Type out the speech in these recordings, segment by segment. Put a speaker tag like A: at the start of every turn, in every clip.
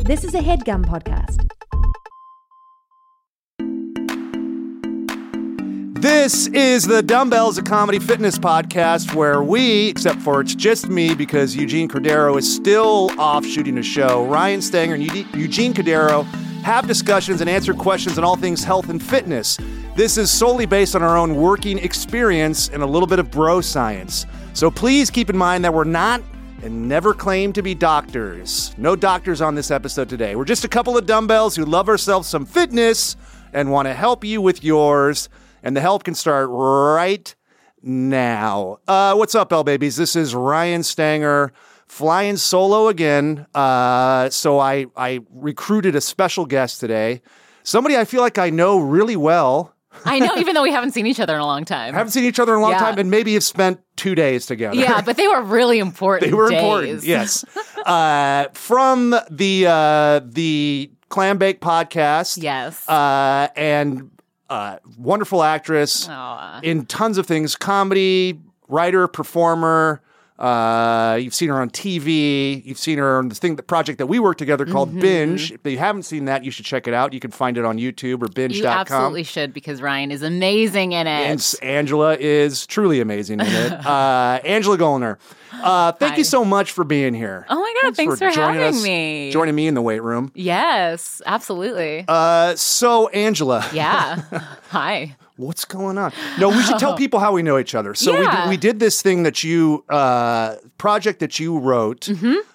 A: This is a headgum podcast.
B: This is the Dumbbells, a comedy fitness podcast where we, except for it's just me because Eugene Cordero is still off shooting a show, Ryan Stanger and Eude- Eugene Cordero have discussions and answer questions on all things health and fitness. This is solely based on our own working experience and a little bit of bro science. So please keep in mind that we're not and never claim to be doctors. No doctors on this episode today. We're just a couple of dumbbells who love ourselves some fitness and want to help you with yours. And the help can start right now. Uh, what's up, L Babies? This is Ryan Stanger flying solo again. Uh, so I, I recruited a special guest today, somebody I feel like I know really well.
C: I know, even though we haven't seen each other in a long time.
B: Haven't seen each other in a long
C: Yeah.
B: time and maybe have spent two days together.
C: yeah, but they were really important.
B: They were
C: days.
B: important. Yes. uh, from the uh, the Clam Bake podcast.
C: Yes.
B: Uh, and uh, wonderful actress
C: Aw.
B: in tons of things: comedy, writer, performer. Uh, you've seen her on TV. You've seen her on the thing, the project that we worked together called
C: Mm-hmm.
B: Binge. If you haven't seen that, you should check it out. You can find it on YouTube or
C: You
B: binge.com.
C: absolutely should because Ryan is amazing in it.
B: And s- Angela is truly amazing in it. Uh, Angela Golner, uh, thank you so much for being here.
C: Oh my God, thanks for
B: joining
C: having
B: us-
C: me.
B: Joining me in the weight room.
C: yes, absolutely.
B: Uh, so, Angela,
C: yeah. Hi.
B: what's going on? No, we should tell people how we know each other. So, we,
C: Yeah.
B: did, we did this thing that you, uh, project that you wrote,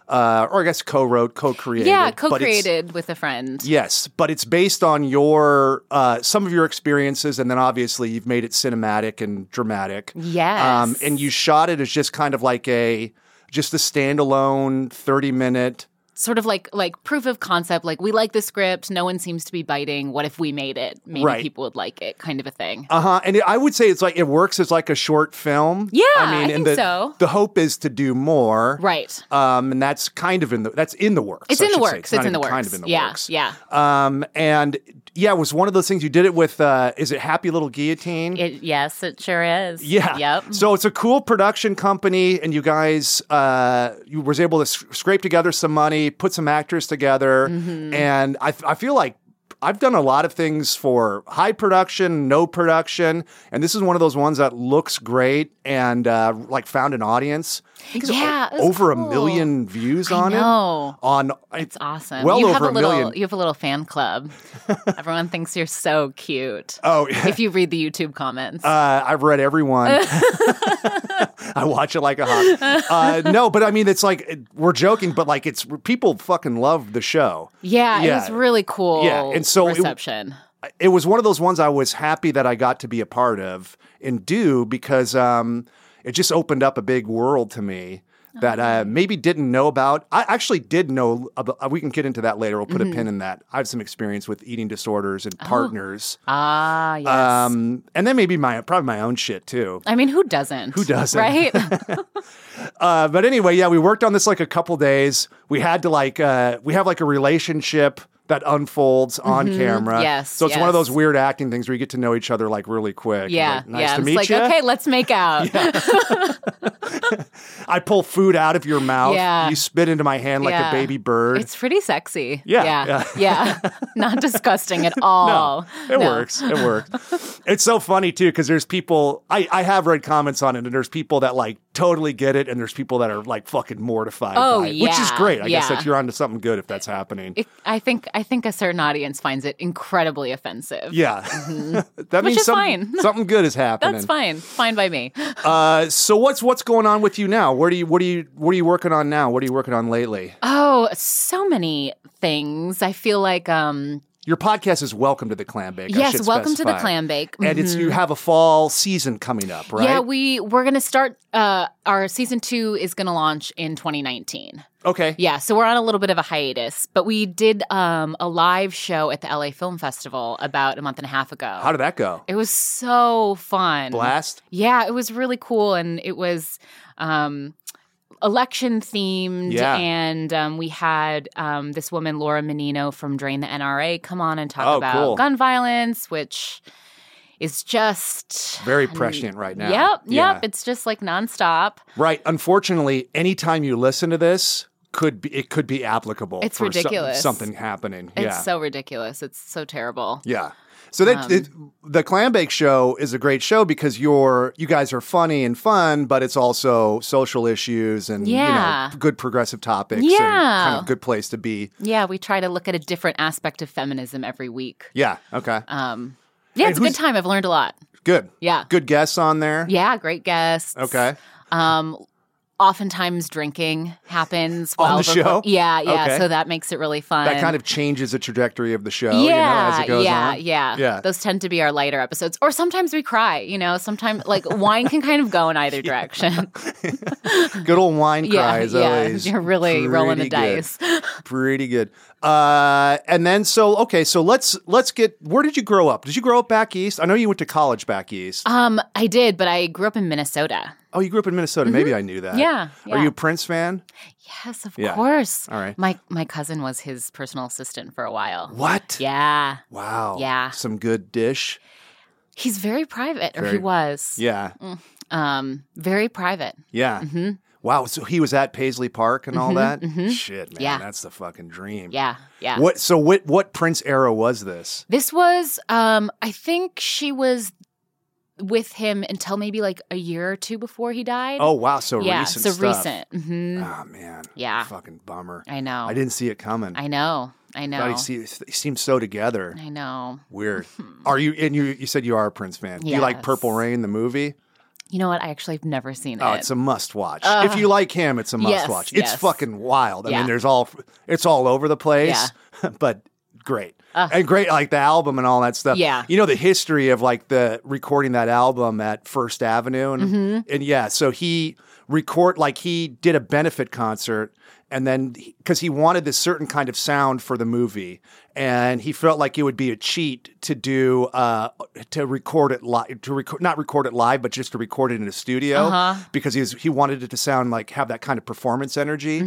B: uh, or I guess co wrote, co created.
C: Mm-hmm. Yeah, co-created with a friend.
B: Yes, but it's based on your uh, some of your experiences, and then obviously you've made it cinematic and dramatic. Um,
C: Yes.
B: and you shot it as just kind of like a just a standalone thirty minute.
C: Sort of like like proof of concept. Like we like the script. No one seems to be biting. What if we made it? Maybe
B: Right.
C: people would like it. Kind of a thing.
B: Uh huh. And it, I would say it's like it works as like a short film.
C: Yeah,
B: I mean,
C: I
B: and
C: think
B: the,
C: so.
B: The hope is to do more.
C: right.
B: Um, and that's kind of in the that's in the works.
C: It's
B: I
C: in the
B: should say.
C: works. It's,
B: not
C: in
B: even
C: the works.
B: Kind of in the
C: yeah.
B: works.
C: Yeah.
B: Um, and yeah, it was one of those things you did it with. Uh, is it Happy Little Guillotine?
C: It, yes, it sure is.
B: Yeah.
C: Yep.
B: So it's a cool production company, and you guys, uh, you was able to s- scrape together some money, put some actors together,
C: Mm-hmm.
B: and I, f- I feel like I've done a lot of things for high production, no production, and this is one of those ones that looks great and uh, like found an audience. I think it's o-
C: Yeah, it was
B: over a
C: cool.
B: million views
C: I
B: on
C: know.
B: it. On
C: It's awesome.
B: Well
C: you
B: over
C: have a,
B: a
C: little
B: million.
C: you have a little fan club. Everyone thinks you're so cute.
B: Oh, yeah.
C: If you read the YouTube comments.
B: Uh, I've read everyone. I watch it like a hawk. Uh, no, but I mean, it's like it- we're joking, but like it's people fucking love the show.
C: yeah, it was
B: yeah.
C: really cool
B: Yeah, and so it-
C: reception.
B: It was one of those ones I was happy that I got to be a part of and do because um, it just opened up a big world to me that I maybe didn't know about. I actually did know. About, we can get into that later. We'll put a pin in that. I have some experience with eating disorders and partners,
C: ah, yes.
B: um, and then maybe my probably my own shit too.
C: I mean, who doesn't? Who
B: doesn't?
C: Right?
B: Uh, but anyway, yeah, we worked on this like a couple days. We had to like uh, we have like a relationship that unfolds on camera.
C: Mm-hmm. Yes,
B: So it's one of
C: yes.
B: those weird acting things where you get to know each other like really quick.
C: yeah.
B: Like, nice
C: yeah.
B: to
C: it's
B: meet
C: like,
B: you.
C: okay, let's make out.
B: I pull food out of your mouth.
C: Yeah.
B: You spit into my hand like
C: Yeah.
B: a baby bird.
C: It's pretty sexy.
B: Yeah,
C: Yeah. Yeah. Not disgusting at all.
B: it
C: No.
B: works. It works. it's so funny too because there's people I, I have read comments on it, and there's people that like totally get it, and there's people that are like fucking mortified.
C: Oh,
B: by it, which is
C: yeah,
B: great. I guess
C: yeah.
B: that you're onto something good if that's happening.
C: It, I think I think a certain audience finds it incredibly offensive.
B: Yeah. that
C: Mm-hmm. Which
B: means
C: is
B: something,
C: fine.
B: something good is happening.
C: That's fine. Fine by me.
B: Uh, so what's what's going on with you now? Where do you what do you what are you working on now? What are you working on lately?
C: Oh, so many things. I feel like um
B: Your podcast is Welcome to the Clam Bake. I
C: yes,
B: should
C: welcome to the
B: specify.
C: clam bake.
B: And it's you have a fall season coming up, right?
C: Yeah, we we're going to start uh our season 2 is going to launch in 2019.
B: okay.
C: Yeah, so we're on a little bit of a hiatus, but we did um a live show at the LA Film Festival about a month and a half ago.
B: How did that go?
C: it was so fun.
B: Blast.
C: Yeah, it was really cool, and it was um, election themed.
B: Yeah.
C: And um, we had um, this woman, Laura Menino from Drain the NRA, come on and talk
B: Oh,
C: about
B: cool.
C: gun violence, which is just.
B: Very prescient right now.
C: Yep, yep.
B: Yeah.
C: It's just like nonstop.
B: Right. Unfortunately, anytime you listen to this, could be it could be applicable.
C: It's
B: for some-
C: ridiculous.
B: something happening.
C: It's
B: yeah.
C: so ridiculous. It's so terrible.
B: Yeah. So
C: Um,
B: that it, the clam bake show is a great show because you're you guys are funny and fun, but it's also social issues and
C: Yeah.
B: you know, good progressive topics and
C: Yeah.
B: kind of good place to be.
C: Yeah, we try to look at a different aspect of feminism every week.
B: Yeah. Okay.
C: Um, yeah,
B: And
C: it's a good
B: who's-
C: time. I've learned a lot.
B: Good.
C: Yeah.
B: Good guests on there.
C: Yeah, great guests.
B: Okay.
C: Um, oftentimes drinking happens
B: On
C: while
B: the show?
C: reco- Yeah, yeah.
B: Okay.
C: So that makes it really fun.
B: That kind of changes the trajectory of the show.
C: yeah,
B: you know, as it goes
C: yeah,
B: on.
C: yeah,
B: Yeah.
C: Those tend to be our lighter episodes, or sometimes we cry. You know, sometimes like wine can kind of go in either direction.
B: Good old wine
C: Yeah,
B: cry is
C: yeah.
B: always
C: You're really rolling
B: pretty
C: the
B: good.
C: dice.
B: pretty good. Uh, and then so okay, so let's let's get. Where did you grow up? Did you grow up back east? I know you went to college back east.
C: um, I did, but I grew up in Minnesota.
B: oh, you grew up in Minnesota. Maybe I knew that.
C: mm-hmm. Yeah, yeah.
B: Are you a Prince fan?
C: Yes, of
B: Yeah.
C: course.
B: All right.
C: My my cousin was his personal assistant for a while.
B: What?
C: Yeah.
B: Wow.
C: Yeah.
B: Some good dish.
C: He's very private, or
B: Very-
C: he was.
B: Yeah.
C: Um, very private.
B: Yeah.
C: Mm-hmm.
B: Wow. So he was at Paisley Park and all that. Shit, man.
C: Yeah.
B: That's the fucking dream.
C: Yeah, yeah.
B: What? So what? What Prince era was this?
C: This was, um, I think she was with him until maybe like a year or two before he died.
B: Oh wow. So
C: yeah,
B: recent.
C: so
B: stuff.
C: recent. hmm
B: Oh man.
C: Yeah.
B: Fucking bummer.
C: I know.
B: I didn't see it coming.
C: I know. I
B: Thought
C: know.
B: he, see, he seemed so together.
C: I know. Hmm.
B: Weird. Are you? And you? You said you are a Prince fan. Do you like
C: Yes.
B: Purple Rain, the movie?
C: You know what? I actually have never seen
B: Oh,
C: it.
B: it's a must watch.
C: Ugh.
B: if you like him, it's a must
C: Yes,
B: watch. It's
C: yes.
B: fucking wild. I mean,
C: Yeah.
B: there's all it's all over the place, but great and great like the album and all that stuff.
C: Yeah.
B: you know the history of like the recording that album at First Avenue and
C: Mm-hmm.
B: and yeah, so he record like he did a benefit concert. And then, because he wanted this certain kind of sound for the movie, and he felt like it would be a cheat to do uh, to record it live, to record not record it live, but just to record it in a studio
C: Uh-huh.
B: because he was, he wanted it to sound like have that kind of performance energy.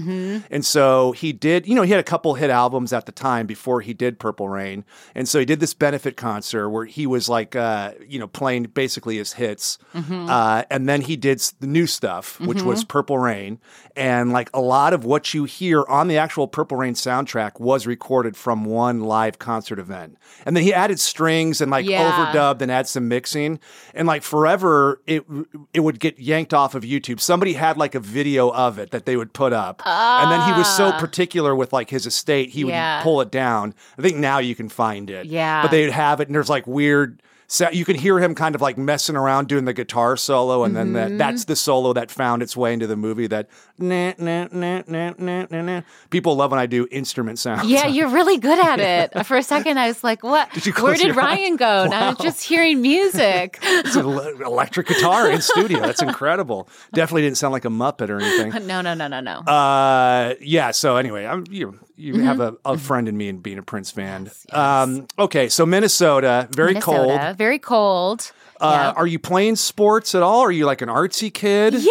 B: And so he did, you know, he had a couple hit albums at the time before he did Purple Rain. And so he did this benefit concert where he was like, uh, you know, playing basically his hits. Uh, and then he did s- the new stuff, which was Purple Rain. And like a lot of what you hear on the actual Purple Rain soundtrack was recorded from one live concert event. And then he added strings and like
C: Yeah.
B: overdub dubbed and add some mixing and like forever it it would get yanked off of YouTube. Somebody had like a video of it that they would put up. And then he was so particular with like his estate, he would
C: Ah. Yeah.
B: pull it down. I think now you can find it.
C: Yeah.
B: But they'd have it and there's like weird so you can hear him kind of like messing around doing the guitar solo, and then that,
C: Mm-hmm.
B: that's the solo that found its way into the movie. That nah, nah, nah, nah, nah, nah, nah. people love when I do instrument sounds.
C: yeah, you're really good at it. For a second, I was like, "What?
B: you
C: Where
B: close
C: did
B: your eye?
C: Ryan go?" And I was just hearing music.
B: It's an ele- electric guitar in studio. That's incredible. Definitely didn't sound like a Muppet or anything.
C: no, no, no, no, no.
B: Uh, yeah. So anyway, I'm, you you
C: Mm-hmm.
B: have a, a friend in me and being a Prince fan. Um, okay. So Minnesota, very
C: Minnesota,
B: cold.
C: Very cold.
B: Uh, Are you playing sports at all? Are you like an artsy kid?
C: Yeah,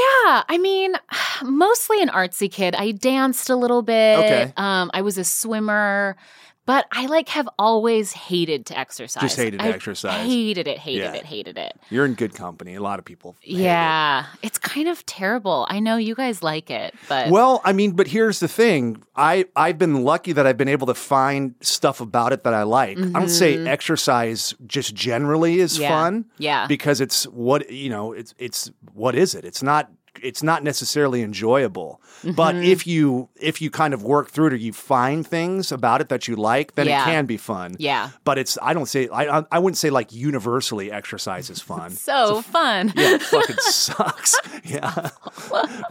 C: I mean, mostly an artsy kid. I danced a little bit.
B: Okay.
C: Um, I was a swimmer, but I like have always hated to exercise.
B: Just hated
C: I
B: exercise.
C: Hated it. Hated
B: Yeah.
C: it. Hated it.
B: You're in good company. A lot of people. hate it.
C: yeah, it's kind of terrible. I know you guys like it, but
B: Well, I mean, but here's the thing. I I've been lucky that I've been able to find stuff about it that I like. I don't say exercise just generally is
C: Mm-hmm. Yeah.
B: fun.
C: Yeah.
B: Because it's what you know, it's it's what is it? It's not it's not necessarily enjoyable. But
C: Mm-hmm.
B: if you if you kind of work through it or you find things about it that you like, then it
C: Yeah.
B: can be fun.
C: yeah,
B: But it's I don't say I I- I wouldn't say like universally exercise is fun.
C: so fun.
B: Yeah, it fucking sucks. Yeah.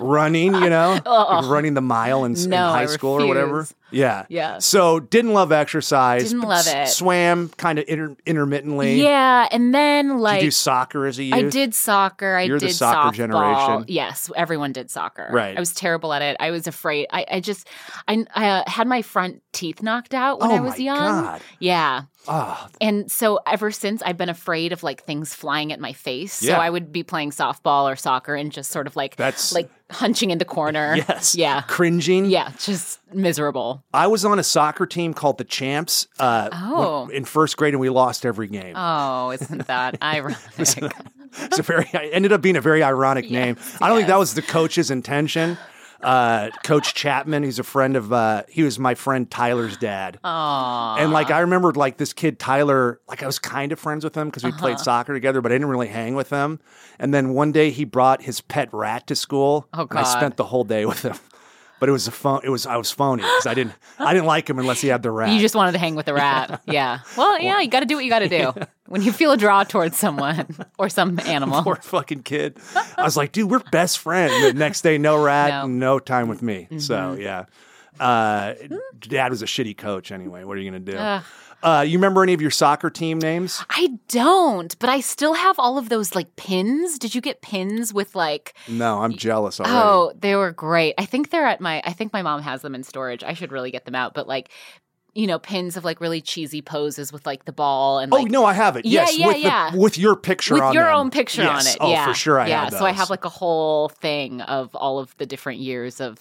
B: running, you know, Like running the mile in, in
C: Oh. No,
B: high
C: I
B: school or whatever.
C: refuse.
B: Yeah.
C: Yeah.
B: So didn't love exercise.
C: Didn't
B: but
C: love
B: s-
C: it.
B: Swam kind of inter- intermittently.
C: Yeah, and then
B: Did
C: like
B: you do soccer as a youth?
C: I did soccer. I
B: You're the
C: did
B: soccer
C: softball.
B: generation.
C: Yes, everyone did soccer.
B: Right.
C: I was terrible at it. I was afraid. I, I just, I, I uh, had my front teeth knocked out when
B: Oh
C: I was
B: my
C: young.
B: God.
C: Yeah,
B: Ah,
C: and so ever since I've been afraid of like things flying at my face.
B: Yeah.
C: So I would be playing softball or soccer and just sort of like
B: That's-
C: like hunching in the corner.
B: yes.
C: Yeah.
B: Cringing.
C: Yeah. Just miserable.
B: I was on a soccer team called the Champs uh,
C: Oh.
B: when- in first grade, and we lost every game.
C: Oh, isn't that ironic?
B: It's a very it ended up being a very ironic name. I don't think that was the coach's intention. uh, Coach Chapman, who's a friend of, uh, he was my friend Tyler's dad.
C: Aww.
B: And like I remembered, like this kid Tyler, like I was kind of friends with him because we
C: Uh-huh.
B: played soccer together, but I didn't really hang with him. And then one day he brought his pet rat to school.
C: Oh,
B: and I
C: God.
B: spent the whole day with him. But it was a phone. It was I was phony because I didn't I didn't like him unless he had the rat.
C: You just wanted to hang with the rat. yeah. Well, yeah, you got to do what you got to do. When you feel a draw towards someone or some animal.
B: poor fucking kid. I was like, dude, we're best friends. And the next day, no rat,
C: No. Mm-hmm.
B: no, time with me. So yeah, uh, dad was a shitty coach anyway. What are you gonna do?
C: Ugh.
B: Uh, you remember any of your soccer team names?
C: I don't, but I still have all of those like pins. Did you get pins with like
B: No, I'm jealous already.
C: Oh, they were great. I think they're at my I think my mom has them in storage. I should really get them out, but like you know, pins of like really cheesy poses with like the ball and
B: Oh,
C: like
B: no, I have it.
C: Yeah,
B: yes,
C: yeah,
B: with, the-
C: yeah.
B: with your picture
C: with
B: on
C: your
B: them.
C: own picture
B: Yes.
C: on it.
B: Oh,
C: yeah.
B: for sure I
C: yeah.
B: have
C: So I have
B: those.
C: like a whole thing of all of the different years of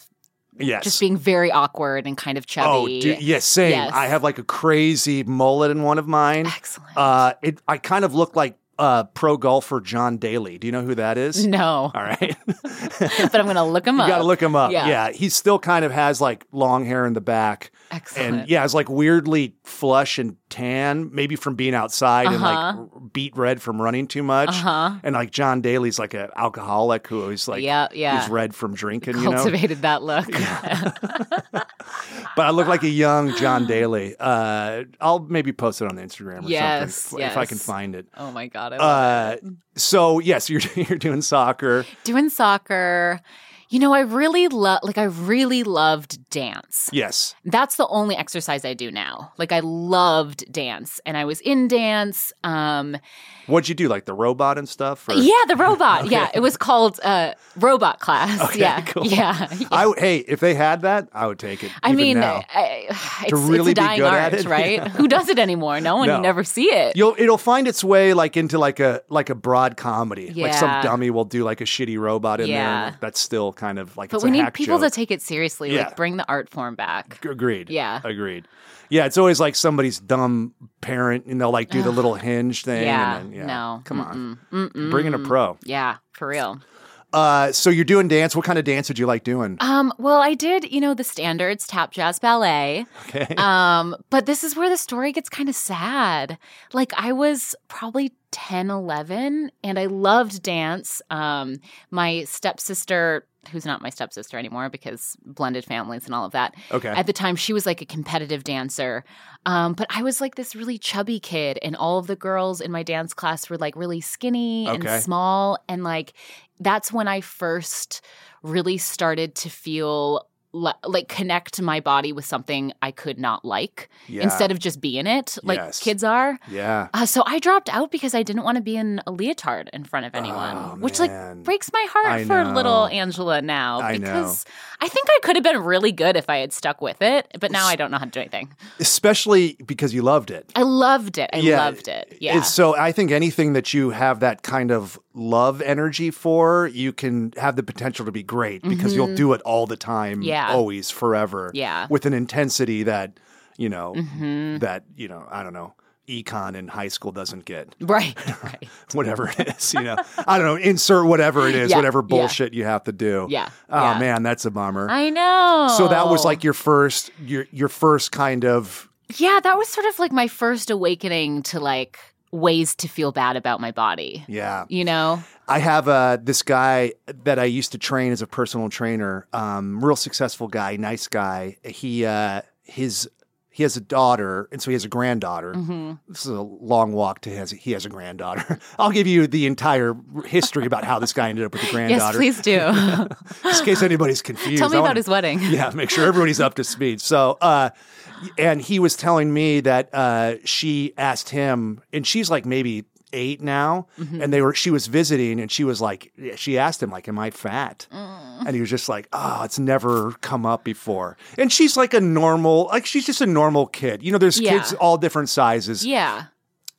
B: yes.
C: just being very awkward and kind of
B: Oh,
C: chubby.
B: dude, yes, same.
C: Yes.
B: I have like a crazy mullet in one of mine.
C: Excellent.
B: Uh, it, I kind of look like uh, pro golfer John Daly. Do you know who that is?
C: no,
B: All right.
C: but I'm going to look him up.
B: You got to look him up.
C: Yeah.
B: Yeah. He still kind of has like long hair in the back.
C: Excellent.
B: And yeah, it's like weirdly flush and tan, maybe from being outside and like
C: Uh-huh.
B: r- beat red from running too much.
C: Uh-huh.
B: And like John Daly's like an alcoholic who is like,
C: Yeah, yeah.
B: he's red from drinking, you know?
C: Cultivated that look.
B: But I look like a young John Daly. Uh, I'll maybe post it on Instagram or
C: Yes,
B: something if- if I can
C: yes.
B: find it.
C: oh my god, I love
B: Uh, so yes, you're you're doing soccer.
C: it. doing soccer. You know, I really love like I really loved dance.
B: Yes,
C: That's the only exercise I do now. Like I loved dance and I was in dance. Um
B: what'd you do? Like the robot and stuff? Or?
C: yeah, the robot. Yeah, it was called uh robot class.
B: Okay,
C: yeah.
B: cool.
C: Yeah.
B: I would- hey, if they had that, I would take it.
C: I
B: even
C: mean, uh,
B: now.
C: I, it's,
B: really be
C: it's a dying
B: good
C: art,
B: at it?
C: right? Who does it anymore? No one.
B: No.
C: You never see it.
B: you'll it'll find its way like into like a like a broad comedy. Like
C: Yeah.
B: some dummy will do like a shitty robot in
C: Yeah.
B: there. and That's still kind of like.
C: But
B: it's
C: we
B: a
C: need
B: hack
C: people
B: joke.
C: to take it seriously.
B: Yeah.
C: Like bring the art form back.
B: Agreed.
C: Yeah.
B: Agreed. Yeah, it's always like somebody's dumb parent, and they'll like do the little hinge thing.
C: Yeah,
B: and then, yeah.
C: No.
B: Come on,
C: mm-mm, Mm-mm. Mm.
B: bring in a pro.
C: Yeah, for real.
B: Uh, so you're doing dance. What kind of dance would you like doing?
C: Um, well, I did, you know, the standards, tap, jazz, ballet.
B: Okay.
C: Um, but this is where the story gets kind of sad. Like I was probably 10, 11 and I loved dance. Um, my stepsister, who's not my stepsister anymore because blended families and all of that.
B: okay.
C: At the time, she was like a competitive dancer. Um, but I was like this really chubby kid, and all of the girls in my dance class were like really skinny
B: Okay.
C: and small. And like, that's when I first really started to feel li- like connect my body with something I could not like
B: yeah.
C: instead of just be in it, like
B: Yes.
C: kids are.
B: Yeah.
C: Uh, so I dropped out because I didn't want to be in a leotard in front of anyone,
B: Oh,
C: which
B: man.
C: like breaks my heart
B: I
C: for
B: know.
C: little Angela now
B: I know.
C: because I think I could have been really good if I had stuck with it, but now I don't know how to do anything.
B: Especially because you loved it.
C: I loved it. I
B: Yeah,
C: loved it. Yeah.
B: And so I think anything that you have that kind of love energy for, you can have the potential to be great because you'll do it all the time,
C: Mm-hmm. Yeah.
B: always, forever,
C: Yeah.
B: with an intensity that you know
C: Mhm.
B: that you know I don't know econ in high school doesn't get
C: Right. Right.
B: whatever it is you know i don't know insert whatever it is
C: Yeah,
B: whatever
C: yeah.
B: bullshit you have to do
C: Yeah,
B: oh
C: yeah. Oh.
B: man that's a bummer
C: I know.
B: so that was like your first your your first kind of
C: Yeah, that was sort of like my first awakening to like ways to feel bad about my body.
B: yeah
C: You know?
B: I have uh, this guy that I used to train as a personal trainer, um, real successful guy, nice guy. He uh, his he has a daughter, and so he has a granddaughter.
C: Mm-hmm.
B: This is a long walk to his. He has a granddaughter. I'll give you the entire history about how this guy ended up with a
C: Yes,
B: granddaughter,
C: please do.
B: just in case anybody's confused.
C: Tell me
B: I
C: about
B: wanna-
C: his wedding.
B: yeah, make sure everybody's up to speed. So, uh, and he was telling me that uh, she asked him, and she's like maybe eight now,
C: Mm-hmm.
B: and they were she was visiting, and she was like, she asked him like, "Am I fat?"
C: Mm.
B: And he was just like, "Oh, it's never come up before." And she's like a normal, like she's just a normal kid. You know, there's
C: Yeah.
B: kids all different sizes.
C: Yeah.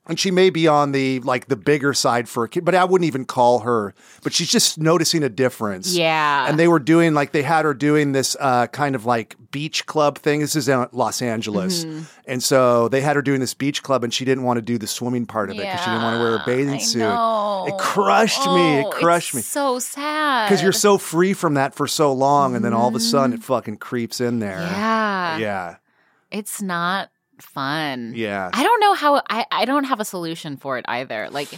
B: and she may be on the like the bigger side for a kid, but I wouldn't even call her. But she's just noticing a difference.
C: Yeah.
B: And they were doing like they had her doing this uh, kind of like beach club thing. This is in Los Angeles,
C: Mm-hmm.
B: and so they had her doing this beach club, and she didn't want to do the swimming part of it because she didn't want to wear a bathing
C: I
B: suit.
C: know.
B: It crushed me. It
C: Oh,
B: crushed
C: it's
B: me.
C: So sad.
B: Because you're so free from that for so long, and then all of a sudden it fucking creeps in there.
C: Mm-hmm. Yeah.
B: Yeah.
C: It's not fun.
B: Yeah.
C: I don't know how I, I don't have a solution for it either. Like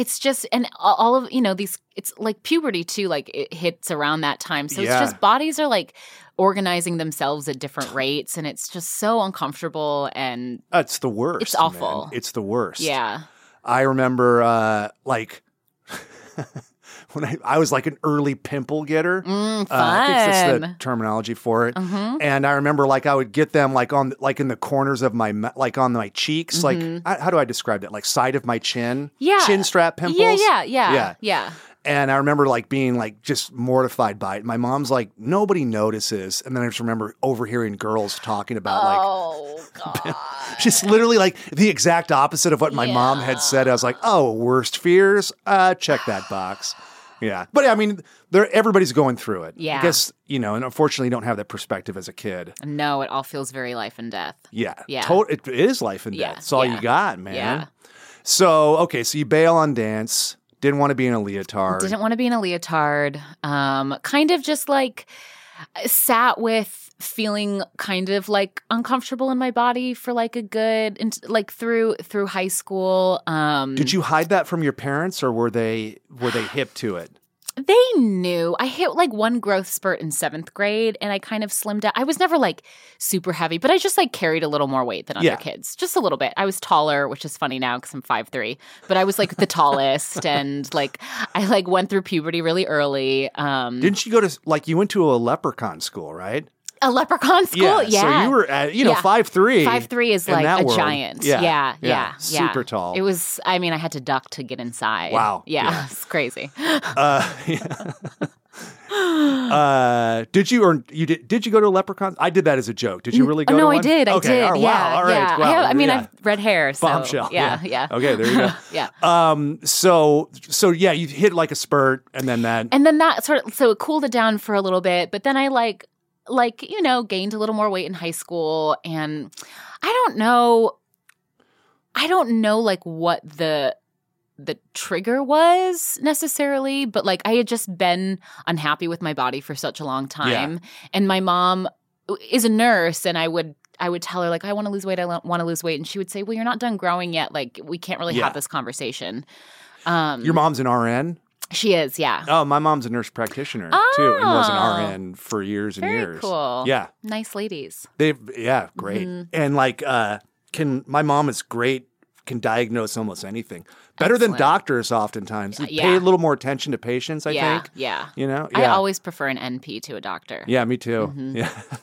C: it's just and all of you know these it's like puberty too like it hits around that time. So
B: Yeah.
C: it's just bodies are like organizing themselves at different rates and it's just so uncomfortable and
B: That's the worst.
C: It's awful.
B: man. It's the worst.
C: yeah.
B: I remember uh like when I, I was like an early pimple getter.
C: Mm, fun.
B: Uh, I think that's the terminology for it.
C: Mhm.
B: And I remember like I would get them like on like in the corners of my mou- like on my cheeks,
C: Mhm.
B: like I, how do I describe that? Like side of my chin,
C: Yeah.
B: chin strap pimples.
C: Yeah, yeah, yeah.
B: Yeah.
C: Yeah.
B: And I remember like being like just mortified by it. My mom's like nobody notices, and then I just remember overhearing girls talking about like
C: oh god.
B: just literally like the exact opposite of what my mom had said. I was like, oh, worst fears. Uh, check that box. Yeah, but I mean, there everybody's going through it. I
C: Yeah.
B: guess you know, and unfortunately, you don't have that perspective as a kid.
C: no, it all feels very life and death.
B: Yeah,
C: Yeah.
B: To- it is life and
C: Yeah,
B: death. It's all
C: yeah,
B: you got, man.
C: yeah.
B: So okay, so you bail on dance. Didn't want to be in a leotard.
C: Didn't want to be in a leotard. Um, kind of just like sat with feeling kind of like uncomfortable in my body for like a good and like through through high school. Um,
B: Did you hide that from your parents, or were they were they hip to it?
C: Mm. They knew. I hit like one growth spurt in seventh grade and I kind of slimmed out. I was never like super heavy, but I just like carried a little more weight than other
B: Yeah.
C: kids, just a little bit. I was taller, which is funny now because I'm 5'3, but I was like the tallest and like I like went through puberty really early. Um,
B: Didn't you go to like you went to a leprechaun school, right?
C: a leprechaun school? Yeah.
B: So you were at you know
C: Yeah.
B: five three.
C: Five three is
B: in
C: like
B: that
C: a
B: world.
C: giant.
B: Yeah.
C: Yeah,
B: Yeah.
C: yeah, yeah.
B: Super tall.
C: It was. I mean, I had to duck to get inside.
B: Wow.
C: Yeah,
B: Yeah.
C: it's crazy.
B: Uh, yeah. uh, did you or you did? Did you go to a leprechaun? I did that as a joke. Did you really go?
C: Oh,
B: to
C: no,
B: one?
C: I did. I
B: Okay.
C: did.
B: Oh, wow.
C: yeah,
B: All right.
C: yeah.
B: Wow.
C: I, have- I mean,
B: Yeah.
C: I've red hair. So,
B: bombshell.
C: Yeah, yeah.
B: Okay, there you
C: yeah.
B: go. um, so so yeah, you hit like a spurt, and then that.
C: And then that sort of so it cooled it down for a little bit, but then I like like you know gained a little more weight in high school, and I don't know, I don't know like what the the trigger was necessarily, but like I had just been unhappy with my body for such a long time, and my mom is a nurse, and I would. I would tell her like I want to lose weight. I want to lose weight, and she would say, "Well, you're not done growing yet. Like we can't really
B: Yeah.
C: have this conversation." Um,
B: your mom's an RN.
C: she is, yeah.
B: Oh, my mom's a nurse practitioner too, and was
C: Oh.
B: an RN for years and
C: Very
B: years.
C: cool.
B: Yeah,
C: Nice ladies.
B: They yeah, great.
C: Mm-hmm.
B: And like uh can my mom is great can diagnose almost anything. Better than
C: Excellent.
B: doctors oftentimes. They Pay
C: yeah.
B: a little more attention to patients, I
C: yeah,
B: think.
C: yeah.
B: You know?
C: I
B: Yeah.
C: always prefer an NP to a doctor.
B: yeah, me too.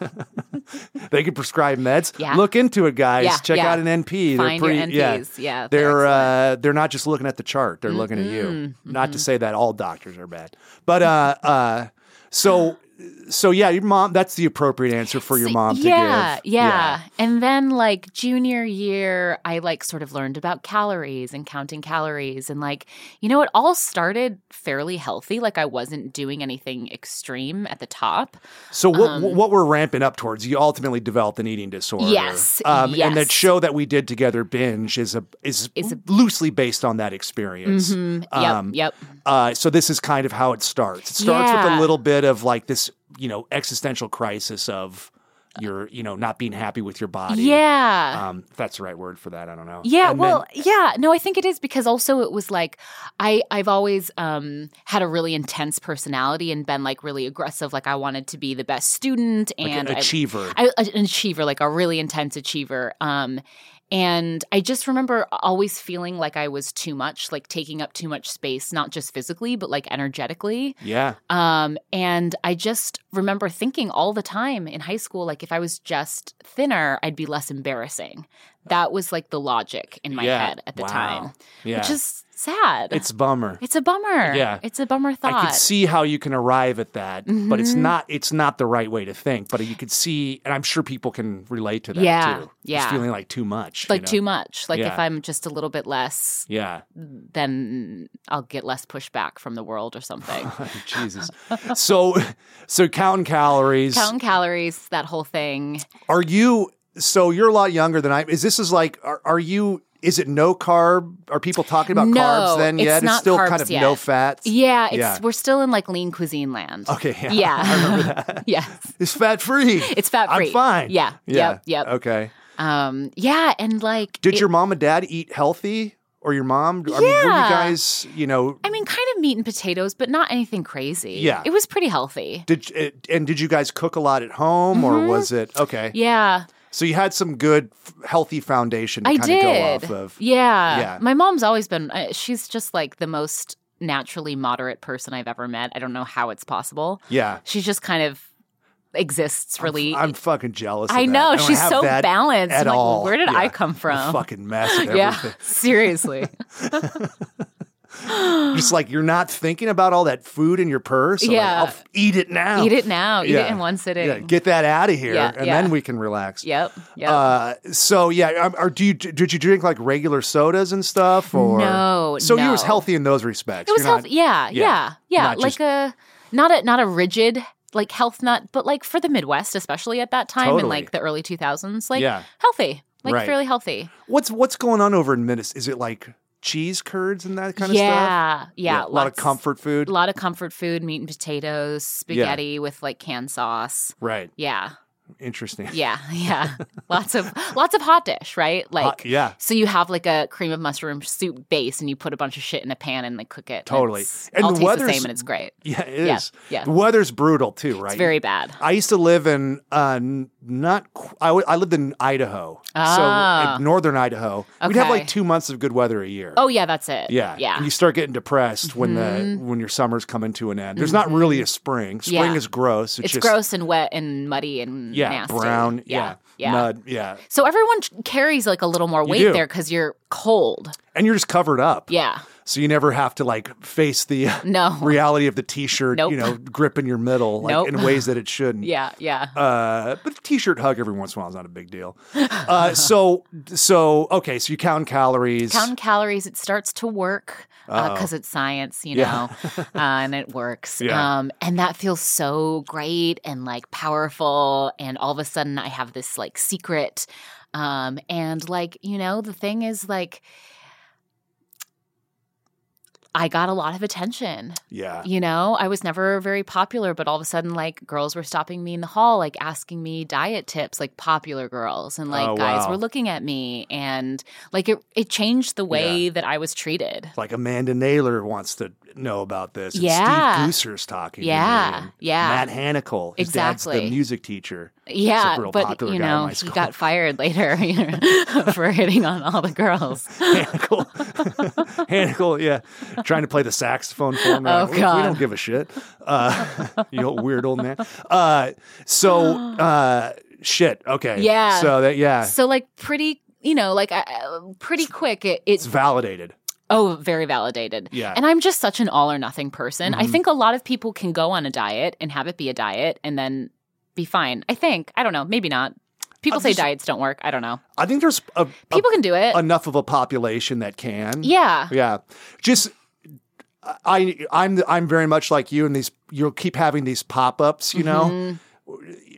B: Yeah. they can prescribe meds.
C: Yeah.
B: Look into it, guys.
C: Yeah,
B: Check
C: yeah.
B: out an NP.
C: Find
B: they're
C: your
B: pretty yeah.
C: NPs. Yeah, they're
B: They're
C: excellent.
B: uh, they're not just looking at the chart; they're looking at you.
C: Mm-hmm.
B: Not to say that all doctors are bad, but uh, uh, so so yeah, your mom. That's the appropriate answer for your
C: So-
B: mom to
C: yeah,
B: give.
C: Yeah, And then like junior year, I like sort of learned about calories and counting calories and like, you know, it all started fairly healthy. Like I wasn't doing anything extreme at the top.
B: So what
C: Um,
B: what we're ramping up towards? You ultimately developed an eating disorder. Um,
C: Yes,
B: And that
C: yes.
B: show that we did together, binge, is a is,
C: Is a-
B: loosely based on that experience.
C: Mm, Yep,
B: Um,
C: yep.
B: Uh, so this is kind of how it starts. It starts with a
C: Yeah.
B: little bit of like this, you know, existential crisis of your, you know, not being happy with your body.
C: Yeah.
B: Um, if that's the right word for that, I don't know. And
C: Yeah,
B: then-
C: well, yeah. No, I think it is because also it was like I I've always um had a really intense personality and been like really aggressive like I wanted to be the best student and
B: an
C: I-
B: achiever.
C: I, an achiever, like a really intense achiever. Um, and I just remember always feeling like I was too much, like taking up too much space, not just physically, but like energetically.
B: yeah.
C: Um, and I just remember thinking all the time in high school, like if I was just thinner, I'd be less embarrassing. That was like the logic in my
B: Yeah.
C: head at the
B: Wow.
C: time,
B: Yeah.
C: which is sad.
B: It's bummer.
C: It's a bummer.
B: Yeah.
C: It's a bummer thought. Mm-hmm.
B: I could see how you can arrive at that, but it's not it's not the right way to think. But you could see, and I'm sure people can relate to that
C: Yeah,
B: too.
C: yeah.
B: Just feeling like too much.
C: like
B: you
C: too
B: know?
C: much. Like
B: Yeah.
C: if I'm just a little bit less,
B: Yeah.
C: then I'll get less pushback from the world or something.
B: Jesus. So so counting calories.
C: Counting calories, that whole thing.
B: Are you so you're a lot younger than I am. Is this is like are, are you is it no carb? Are people talking about
C: No,
B: carbs then
C: it's
B: yet? it's
C: not
B: still kind
C: carbs
B: of no
C: yet.
B: fats.
C: Yeah, it's
B: Yeah.
C: we're still in like lean cuisine land.
B: Okay, yeah.
C: Yeah.
B: I remember that.
C: Yes.
B: It's fat free.
C: It's fat free.
B: I'm fine.
C: Yeah.
B: Yeah.
C: Yep. Yep.
B: Okay.
C: Um yeah, and like
B: Did
C: it-
B: your mom and dad eat healthy? Or your mom? I mean, were you
C: Yeah.
B: guys, you know,
C: I mean kind of meat and potatoes, but not anything crazy.
B: Yeah.
C: It was pretty healthy.
B: did it, and did you guys cook a lot at home, or was it okay?
C: Mm-hmm. Yeah.
B: So you had some good, f- healthy foundation to
C: I
B: kind
C: did.
B: of go off of.
C: Yeah.
B: Yeah.
C: My mom's always been, uh, she's just like the most naturally moderate person I've ever met. I don't know how it's possible.
B: Yeah,
C: She just kind of exists really.
B: I'm fucking jealous. Of
C: I
B: that.
C: know.
B: don't
C: she's
B: have
C: so
B: that
C: balanced.
B: at
C: I'm like,
B: all.
C: where did I
B: Yeah.
C: come
B: A
C: from?
B: fucking mess. At
C: Yeah.
B: everything.
C: Seriously.
B: just like you're not thinking about all that food in your purse. I'm like,
C: Yeah.
B: I'll f- eat it now.
C: Eat it now. Eat
B: Yeah.
C: it in one sitting.
B: Yeah, get that out of here,
C: Yeah,
B: and
C: yeah.
B: then we can relax.
C: yep. Yep.
B: Uh, so yeah, um, or do you did you drink like regular sodas and stuff? Or
C: No,
B: so you
C: no.
B: was healthy in those respects.
C: it was
B: You're not-
C: healthy. Yeah.
B: yeah,
C: Yeah. Yeah.
B: not
C: Like
B: just-
C: a, not a, not a rigid, like health nut, but like for the Midwest, especially at that time
B: Totally.
C: in like the early 2000s, like
B: Yeah.
C: healthy, like
B: Right.
C: fairly healthy.
B: What's what's going on over in Minnesota? Is it like cheese curds and that kind of stuff?
C: yeah, Yeah,
B: a lot of comfort food.
C: A lot of comfort food, meat and potatoes, spaghetti with like canned sauce.
B: right,
C: Yeah,
B: interesting.
C: yeah, yeah. lots of lots of hot dish, right? Like,
B: Hot- yeah,
C: so you have like a cream of mushroom soup base, and you put a bunch of shit in a pan and like cook it. and
B: Totally.
C: it's-
B: And
C: all
B: the
C: tastes the
B: weather's-
C: same, and it's great.
B: yeah, it
C: Yeah,
B: is.
C: yeah.
B: The weather's brutal too, right?
C: It's very bad.
B: I used to live in uh, n- not qu- I, w- I lived in Idaho, so
C: Ah.
B: in northern Idaho. We'd have
C: Okay.
B: like two months of good weather a year.
C: Oh yeah, that's it.
B: Yeah,
C: yeah. Mm-hmm.
B: And you start getting depressed when the when your summer's coming to an end. There's not really a spring. Spring
C: Yeah.
B: is gross.
C: it's
B: just,
C: gross and wet and muddy and
B: Yeah,
C: nasty.
B: brown. Yeah,
C: yeah, yeah.
B: mud. Yeah,
C: So everyone carries like a little more weight
B: do.
C: there because you're cold.
B: and you're just covered up.
C: Yeah.
B: so you never have to like face the uh,
C: No.
B: reality of the t-shirt.
C: Nope.
B: You know, gripping your middle like,
C: Nope.
B: in ways that it shouldn't.
C: Yeah. Yeah.
B: Uh, but a t-shirt hug every once in a while is not a big deal. Uh, so so okay, so you count calories. Oh.
C: Counting calories, it starts to work because it's science, you
B: Yeah.
C: know, uh, and it works.
B: Yeah.
C: Um, and that feels so great and like powerful. And all of a sudden, I have this like secret. Um, and like, you know, the thing is like, I got a lot of attention.
B: yeah.
C: You know, I was never very popular, but all of a sudden, like, girls were stopping me in the hall, like, asking me diet tips, like, popular girls. And, like,
B: Oh,
C: guys
B: wow.
C: were looking at me. And, like, it, it changed the way that I was treated.
B: Like Amanda Naylor wants to know about this. and
C: Yeah.
B: Steve Gooser's talking. to me,
C: Yeah,
B: and
C: yeah.
B: Matt Hanical. His Dad's
C: Exactly.
B: the music teacher.
C: Yeah.
B: He's a real
C: But,
B: popular
C: you
B: guy in
C: know,
B: my
C: he
B: school.
C: got fired later you know, for hitting on all the girls.
B: Hanical. Hanical, yeah. Trying to play the saxophone for me.
C: Oh,
B: Like, we, we
C: God.
B: don't give a shit. Uh, you old weird old man. Uh, so, uh, shit. Okay.
C: Yeah.
B: So, that, yeah.
C: So, like, pretty, you know, like, I- I, pretty quick, it, it
B: It's validated.
C: Oh, very validated.
B: Yeah. Mm-hmm.
C: And I'm just such an all or nothing person. I think a lot of people can go on a diet and have it be a diet and then be fine. I think. I don't know. Maybe not. People
B: I'm
C: say
B: just-
C: diets don't work. I don't know.
B: I think there's a, Uh, a-
C: People can do it.
B: enough of a population that can.
C: yeah.
B: Yeah. Just I I'm I'm very much like you and these you'll keep having these pop-ups, you
C: Mm-hmm.
B: know.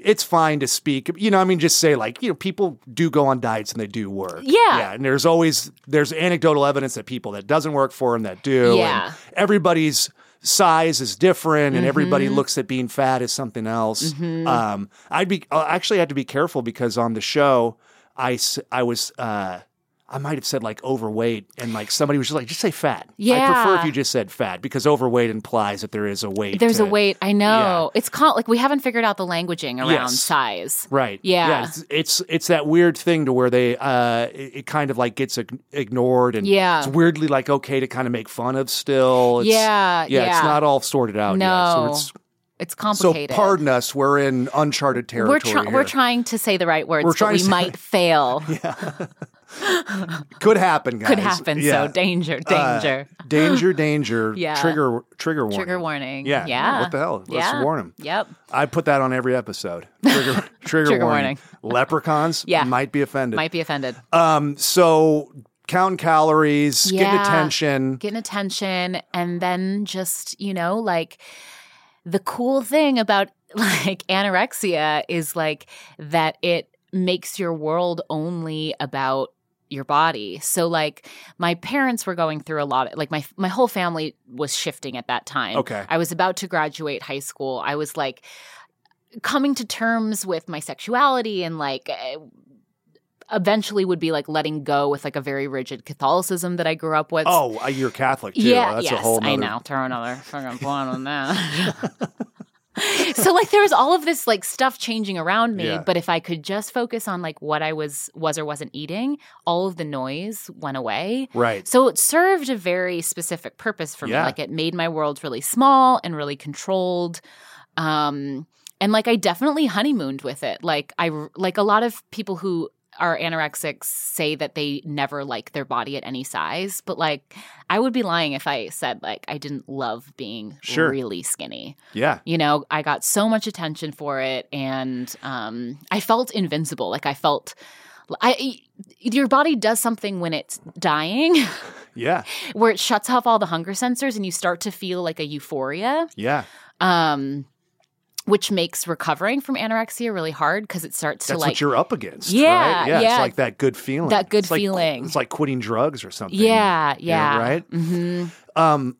B: It's fine to speak. You know, I mean just say like, you know, people do go on diets and they do work.
C: Yeah.
B: Yeah, and there's always there's anecdotal evidence that people that doesn't work for them that do and
C: Yeah.
B: everybody's size is different and everybody
C: Mm-hmm.
B: looks at being fat as something else. Um I'd be I actually had to be careful because on the show I s- I was uh I might have said like overweight, and like somebody was just like, just say fat. I prefer if
C: Yeah.
B: you just said fat because overweight implies that there is a weight.
C: There's a
B: to-
C: weight. I know. It's called like we haven't figured out the languaging around
B: Yes.
C: size.
B: Right.
C: Yeah.
B: it's, it's it's that weird thing to where they uh it, it kind of like gets ig- ignored and
C: Yeah.
B: it's weirdly like okay to kind of make fun of still. It's,
C: Yeah,
B: Yeah. It's
C: yeah.
B: not all sorted out
C: No.
B: yet. So
C: It's
B: it's so
C: complicated.
B: pardon us, we're in uncharted territory.
C: we're, try-
B: here.
C: we're trying to say the right words,
B: We're
C: but
B: trying
C: we
B: to say-
C: might fail.
B: Could happen, guys.
C: Could happen.
B: Yeah.
C: So danger,
B: Uh,
C: danger.
B: danger, danger.
C: Yeah.
B: Trigger, trigger warning.
C: Trigger warning.
B: Yeah.
C: Yeah.
B: What the hell? Let's
C: Yeah.
B: warn him.
C: Yep.
B: I put that on every episode. Trigger, trigger,
C: Trigger
B: warning.
C: warning.
B: Leprechauns
C: Yeah.
B: might be offended.
C: Might be offended.
B: Um, so counting calories, getting
C: Yeah.
B: attention.
C: Getting attention and then just, you know, like the cool thing about like anorexia is like that it makes your world only about your body. So like my parents were going through a lot of, like my my whole family was shifting at that time.
B: Okay.
C: I was about to graduate high school. I was like coming to terms with my sexuality and like eh, eventually would be like letting go with like a very rigid Catholicism that I grew up with.
B: Oh, uh, you're Catholic too.
C: yeah,
B: That's
C: yes,
B: a whole
C: I
B: nother-
C: know. Throw another fucking blunt on that. so like there was all of this like stuff changing around me,
B: Yeah.
C: but if I could just focus on like what I was was or wasn't eating, all of the noise went away.
B: Right.
C: So it served a very specific purpose for me.
B: Yeah.
C: Like it made my world really small and really controlled. Um and like I definitely honeymooned with it. Like I like a lot of people who are anorexics say that they never like their body at any size, but like I would be lying if I said like I didn't love being
B: Sure.
C: really skinny.
B: Yeah.
C: You know, I got so much attention for it and um I felt invincible. Like I felt I your body does something when it's dying
B: Yeah.
C: where it shuts off all the hunger sensors and you start to feel like a euphoria,
B: Yeah.
C: um, which makes recovering from anorexia really hard because it starts
B: That's
C: to like
B: what you're up against.
C: Yeah,
B: Right? Yeah. It's
C: yeah.
B: like that good feeling.
C: That good
B: It's like-
C: feeling.
B: It's like quitting drugs or something.
C: yeah, yeah,
B: right?
C: hmm
B: Um,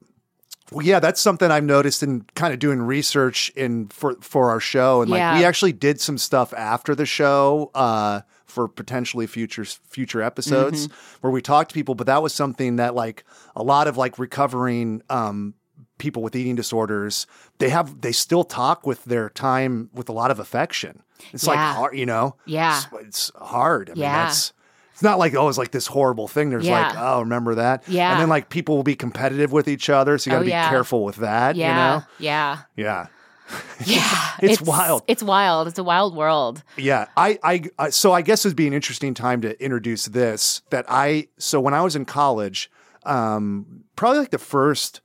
B: well, yeah, that's something I've noticed in kind of doing research in for for our show, and like
C: Yeah.
B: we actually did some stuff after the show uh, for potentially future future episodes
C: Mm-hmm.
B: where we talked to people. But that was something that like a lot of like recovering um, people with eating disorders they have they still talk with their time with a lot of affection. It's like
C: Yeah.
B: hard, you know.
C: yeah,
B: It's, it's hard. I mean,
C: Yeah.
B: that's it's not like oh, it's like this horrible thing. There's
C: Yeah.
B: like oh, remember that?
C: Yeah.
B: And then like people will be competitive with each other, so you got to
C: Oh,
B: be
C: yeah.
B: careful with that.
C: yeah,
B: You know?
C: yeah,
B: Yeah.
C: yeah.
B: It's wild.
C: It's wild. It's a wild world.
B: Yeah. I, I I so I guess it'd be an interesting time to introduce this that I so when I was in college, um, probably like the first,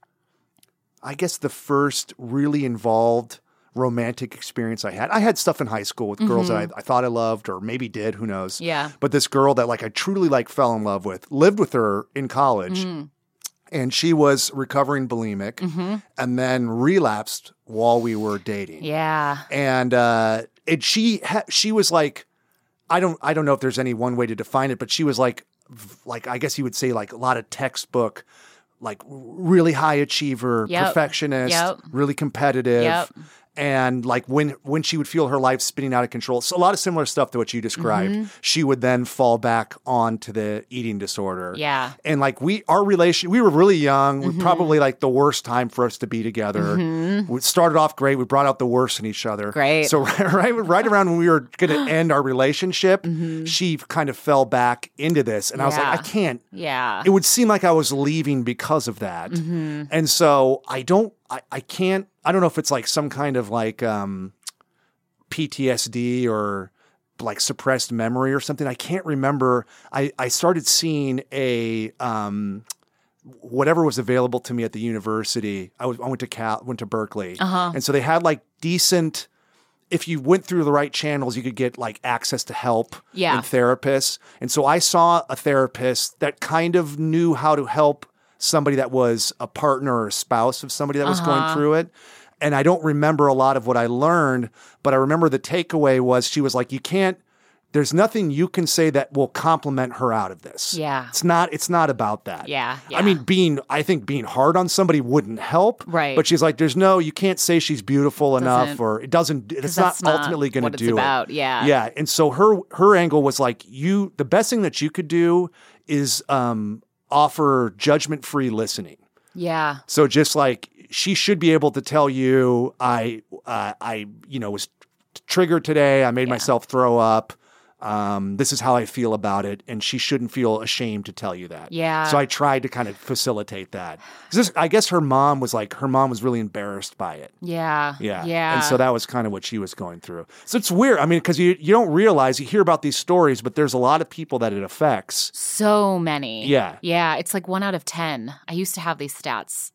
B: I guess the first really involved romantic experience I had. I had stuff in high school with girls
C: Mm-hmm.
B: that I, I thought I loved or maybe did, who knows.
C: Yeah.
B: but this girl that like I truly like fell in love with, lived with her in college, and she was recovering bulimic, and then relapsed while we were dating.
C: Yeah.
B: And uh, and she ha- she was like, I don't I don't know if there's any one way to define it, but she was like, v- like I guess you would say like a lot of textbook. Like really high achiever,
C: Yep.
B: perfectionist,
C: Yep.
B: really competitive,
C: Yep.
B: and like when when she would feel her life spinning out of control so a lot of similar stuff to what you described
C: Mm-hmm.
B: she would then fall back onto the eating disorder
C: Yeah.
B: and like we our relation we were really young
C: Mm-hmm.
B: we probably like the worst time for us to be together we started off great we brought out the worst in each other
C: Great.
B: so right right, right around when we were going to end our relationship she kind of fell back into this and i was like
C: Mm-hmm. Yeah.
B: i can't
C: Yeah.
B: it would seem like I was leaving because of that. And so I don't, I, I can't, I don't know if it's like some kind of like um, PTSD or like suppressed memory or something. I can't remember. I, I started seeing a, um, whatever was available to me at the university. I, was, I went to Cal, went to Berkeley.
C: Uh-huh.
B: And so they had like decent, if you went through the right channels, you could get like access to help
C: Yeah.
B: and therapists. And so I saw a therapist that kind of knew how to help somebody that was a partner or a spouse of somebody that was
C: Uh-huh.
B: going through it. And I don't remember a lot of what I learned, but I remember the takeaway was she was like, you can't, there's nothing you can say that will compliment her out of this.
C: Yeah.
B: It's not, it's not about that.
C: Yeah,
B: I
C: yeah.
B: mean, being, I think being hard on somebody wouldn't help.
C: Right.
B: But she's like, there's no, you can't say she's beautiful enough
C: Doesn't-
B: or it doesn't, it's not
C: that's not
B: ultimately going
C: what
B: to
C: it's
B: do it.
C: about. Yeah.
B: Yeah. And so her her angle was like, you the best thing that you could do is um offer judgment free listening.
C: Yeah.
B: So just like she should be able to tell you, I uh, I you know was triggered today. I made myself throw up. Um, this is how I feel about it, and she shouldn't feel ashamed to tell you that.
C: Yeah.
B: So I tried to kind of facilitate that. 'Cause This, I guess her mom was like, her mom was really embarrassed by it.
C: Yeah.
B: Yeah.
C: Yeah.
B: And so that was kind of what she was going through. So it's weird. I mean, because you, you don't realize you hear about these stories, but there's a lot of people that it affects.
C: so many.
B: Yeah.
C: Yeah. It's like one out of 10. I used to have these stats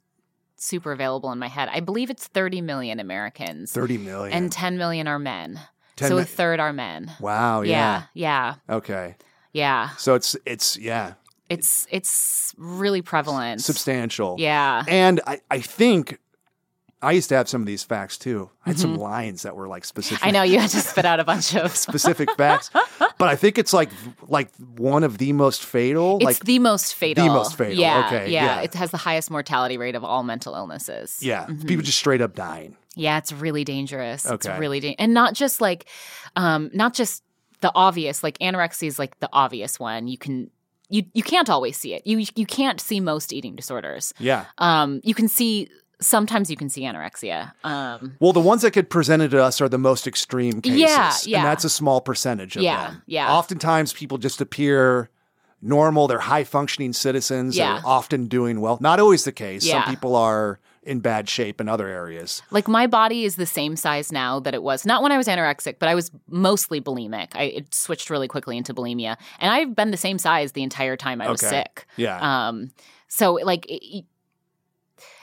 C: super available in my head. I believe it's 30 million Americans
B: 30 million.
C: and 10 million are men.
B: 10
C: so
B: mi-
C: a third are men.
B: wow.
C: yeah.
B: Yeah.
C: Yeah.
B: Okay.
C: Yeah.
B: So it's, it's, yeah,
C: It's it's really prevalent.
B: substantial.
C: yeah.
B: And I, I think I used to have some of these facts too. I had some lines that were like specific.
C: Mm-hmm. I know you had to spit out a bunch of
B: Specific facts, but I think it's like like one of the most fatal.
C: It's
B: like
C: the most fatal.
B: most fatal.
C: Yeah,
B: Okay,
C: Yeah.
B: yeah.
C: It has the highest mortality rate of all mental illnesses.
B: yeah,
C: Mhm.
B: people just straight up dying.
C: Yeah, it's really dangerous.
B: Okay.
C: It's really dangerous. And not just like um not just the obvious, like anorexia is like the obvious one. You can you you can't always see it. You you can't see most eating disorders.
B: Yeah.
C: Um you can see sometimes you can see anorexia. Um
B: Well, the ones that get presented to us are the most extreme cases.
C: Yeah, yeah.
B: And that's a small percentage of
C: Yeah,
B: them.
C: yeah.
B: Oftentimes people just appear normal, they're high functioning citizens,
C: Yeah.
B: they're often doing well. Not always the case.
C: Yeah.
B: Some people are in bad shape in other areas.
C: like my body is the same size now that it was not when I was anorexic, but I was mostly bulimic. I it switched really quickly into bulimia, and I've been the same size the entire time I was
B: Okay.
C: sick.
B: Yeah.
C: Um, so like it- it-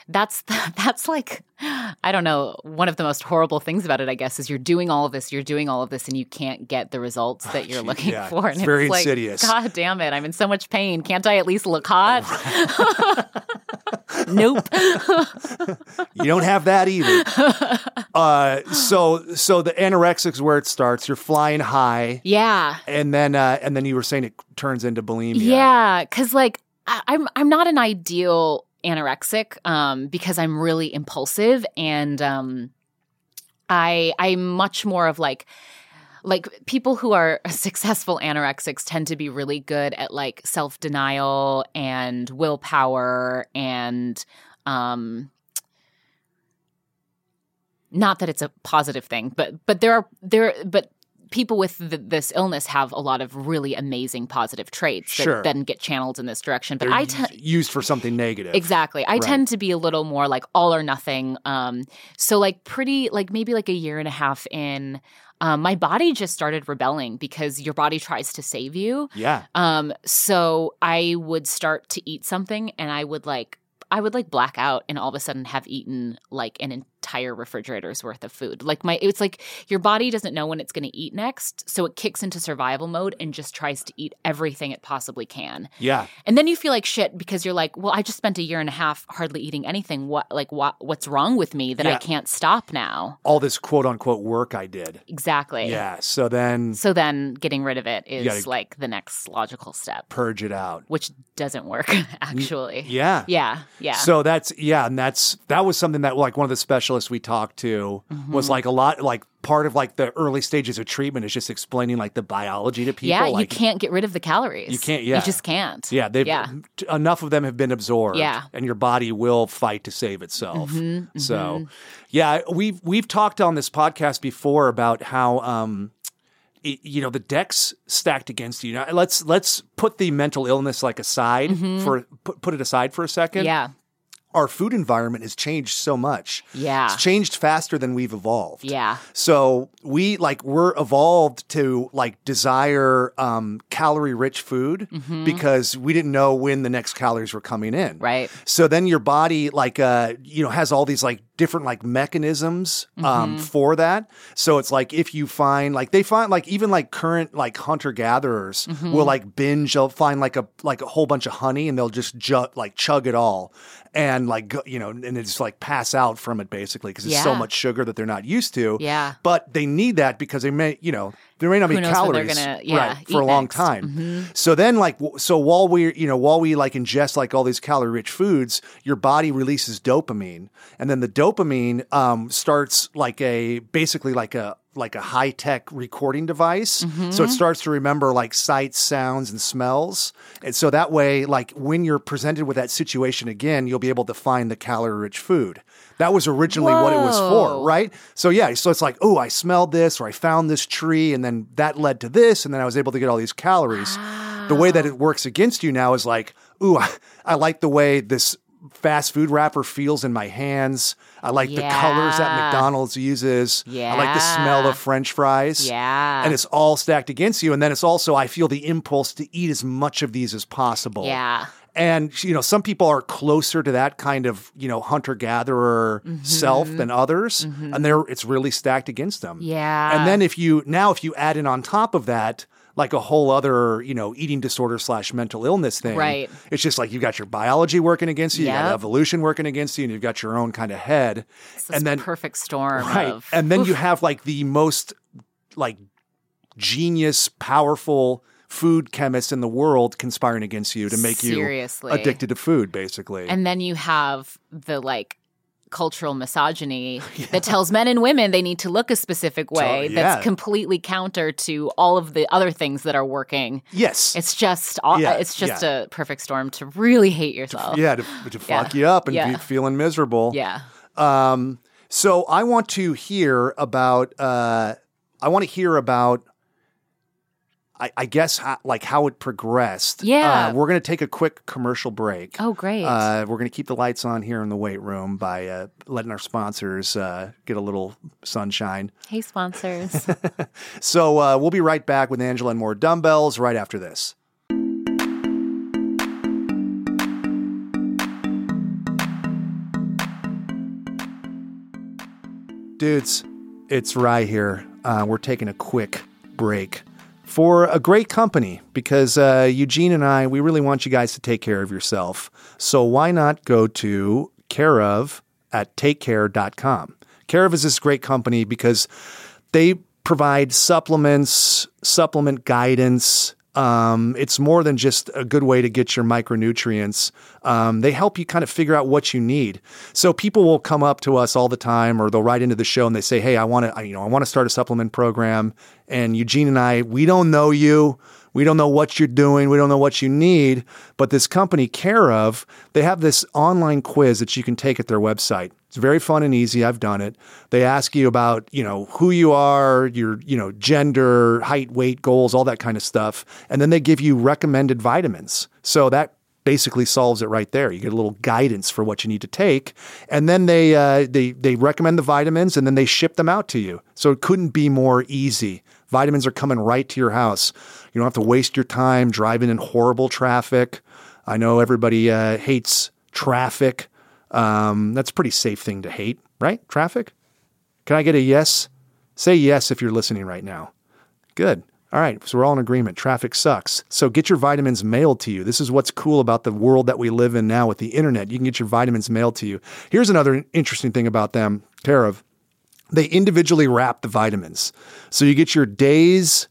C: that's that's like I don't know. One of the most horrible things about it, I guess, is you're doing all of this, you're doing all of this, and you can't get the results that you're
B: Oh, Gee,
C: looking
B: yeah.
C: for. And
B: It's very
C: like,
B: insidious.
C: God damn it! I'm in so much pain. Can't I at least look hot? nope.
B: you don't have that either. uh, so so the anorexics where it starts. You're flying high,
C: yeah.
B: and then uh, and then you were saying it turns into bulimia.
C: Yeah, because like I, I'm I'm not an ideal anorexic um, because I'm really impulsive and um, I I'm much more of like like people who are successful anorexics tend to be really good at like self denial and willpower and um not that it's a positive thing but but there are there but people with th this illness have a lot of really amazing positive traits that
B: Sure.
C: then get channeled in this direction but
B: They're
C: i te-
B: u- used for something negative.
C: Exactly. I
B: Right.
C: tend to be a little more like all or nothing. Um, so like pretty like maybe like a year and a half in, um, my body just started rebelling because your body tries to save you.
B: Yeah.
C: Um, so I would start to eat something and I would like I would like black out and all of a sudden have eaten like an entire refrigerator's worth of food. Like my it's like your body doesn't know when it's going to eat next, so it kicks into survival mode and just tries to eat everything it possibly can.
B: Yeah.
C: And then you feel like shit because you're like, well, I just spent a year and a half hardly eating anything. What like what what's wrong with me that
B: Yeah.
C: I can't stop now?
B: All this quote unquote work I did.
C: Exactly.
B: Yeah. So then
C: So then getting rid of it is
B: gotta-
C: like the next logical step,
B: purge it out.
C: which doesn't work actually.
B: Yeah.
C: Yeah. Yeah.
B: So that's yeah, and that's that was something that like one of the specialists we talked to
C: Mm-hmm.
B: was like a lot like part of like the early stages of treatment is just explaining like the biology to people.
C: yeah, you
B: like,
C: can't get rid of the calories.
B: You can't- yeah.
C: You just can't.
B: Yeah, they've
C: Yeah.
B: t- enough of them have been absorbed.
C: Yeah. Mm-hmm,
B: and your body will fight to save itself. So, yeah, we've we've talked on this podcast before about how um, it, you know the decks stacked against you. Now let's let's put the mental illness like aside for put, put it aside for a second.
C: Mm-hmm. Yeah.
B: our food environment has changed so much.
C: Yeah.
B: It's changed faster than we've evolved.
C: Yeah.
B: So we like we're evolved to like desire um, calorie rich food because we didn't know when the next calories were coming in.
C: Mm-hmm. Right.
B: So then your body like uh you know has all these like different like mechanisms
C: Mm-hmm.
B: um for that. So it's like if you find like they find like even like current like hunter gatherers
C: Mm-hmm.
B: will like binge they'll find like a like a whole bunch of honey and they'll just ju- like chug it all and like go, you know and it's like pass out from it basically because it's so
C: Yeah.
B: much sugar that they're not used to.
C: Yeah.
B: But they need that because they may, you know, there may not be
C: Who knows what they're
B: calories
C: gonna- yeah,
B: right, for a
C: eat
B: long
C: next. Mm-hmm.
B: time. So then, like, w- so while we, you know, while we like ingest like all these calorie rich foods, your body releases dopamine, and then the dopamine um, starts like a basically like a like a high tech recording device.
C: Mm-hmm.
B: So it starts to remember like sights, sounds, and smells. And so that way, like when you're presented with that situation again, you'll be able to find the calorie rich food. That was originally what it was for,
C: Whoa.
B: right? So yeah, so it's like, oh, I smelled this or I found this tree, and then that led to this, and then I was able to get all these calories. The way
C: Ah.
B: that it works against you now is like, ooh, I, I like the way this fast food wrapper feels in my hands. I like the colors that
C: Yeah.
B: McDonald's uses. I like the smell
C: Yeah.
B: of French fries.
C: Yeah.
B: And it's all stacked against you. And then it's also, I feel the impulse to eat as much of these as possible.
C: yeah.
B: And, you know, some people are closer to that kind of, you know, hunter gatherer
C: Mm-hmm.
B: self than others. And they're, it's really stacked against them.
C: Yeah.
B: And then if you, now if you add in on top of that, like a whole other, you know, eating disorder slash mental illness thing.
C: Right.
B: It's just like you've got your biology working against you, you've got
C: Yep.
B: evolution working against you, and you've got your own kind of head.
C: It's this
B: and then
C: perfect storm.
B: right
C: Of,
B: and then
C: Oof.
B: you have like the most like genius powerful food chemist in the world conspiring against you to make
C: Seriously.
B: you addicted to food basically
C: And then you have the like cultural misogyny that tells men and women they need to look a specific way
B: Totally, yeah.
C: that's completely counter to all of the other things that are working.
B: yes
C: It's just all,
B: Yeah,
C: it's just
B: yeah.
C: a perfect storm to really hate yourself.
B: yeah to, to fuck you up and
C: Yeah.
B: be feeling miserable
C: Yeah.
B: um so i want to hear about uh i want to hear about I, I guess ho- like how it progressed.
C: Yeah.
B: uh, we're gonna take a quick commercial break.
C: Oh, great.
B: Uh, we're going to keep the lights on here in the weight room by uh, letting our sponsors uh, get a little sunshine.
C: hey, sponsors.
B: So uh, we'll be right back with Angela and more dumbbells right after this. Dudes, it's Rye here. Uh, we're taking a quick break for a great company because uh, Eugene and I, we really want you guys to take care of yourself. So why not go to careof at takecare.com? Care of is this great company because they provide supplements, supplement guidance. Um, it's more than just a good way to get your micronutrients. Um, they help you kind of figure out what you need. So people will come up to us all the time, or they'll write into the show and they say, "Hey, I want to, you know, I want to start a supplement program." And Eugene and I, we don't know you. We don't know what you're doing. We don't know what you need. But this company, Care of, they have this online quiz that you can take at their website. It's very fun and easy. I've done it. They ask you about, you know, who you are, your, you know, gender, height, weight, goals, all that kind of stuff. And then they give you recommended vitamins. So that basically solves it right there. You get a little guidance for what you need to take, and then they uh, they they recommend the vitamins, and then they ship them out to you. So it couldn't be more easy. Vitamins are coming right to your house. You don't have to waste your time driving in horrible traffic. I know everybody uh, hates traffic. Um, that's a pretty safe thing to hate, right? Traffic. Can I get a yes? Say yes if you're listening right now. Good. All right. So we're all in agreement. Traffic sucks. So get your vitamins mailed to you. This is what's cool about the world that we live in now with the internet. You can get your vitamins mailed to you. Here's another interesting thing about them, care of. They individually wrap the vitamins. So you get your day's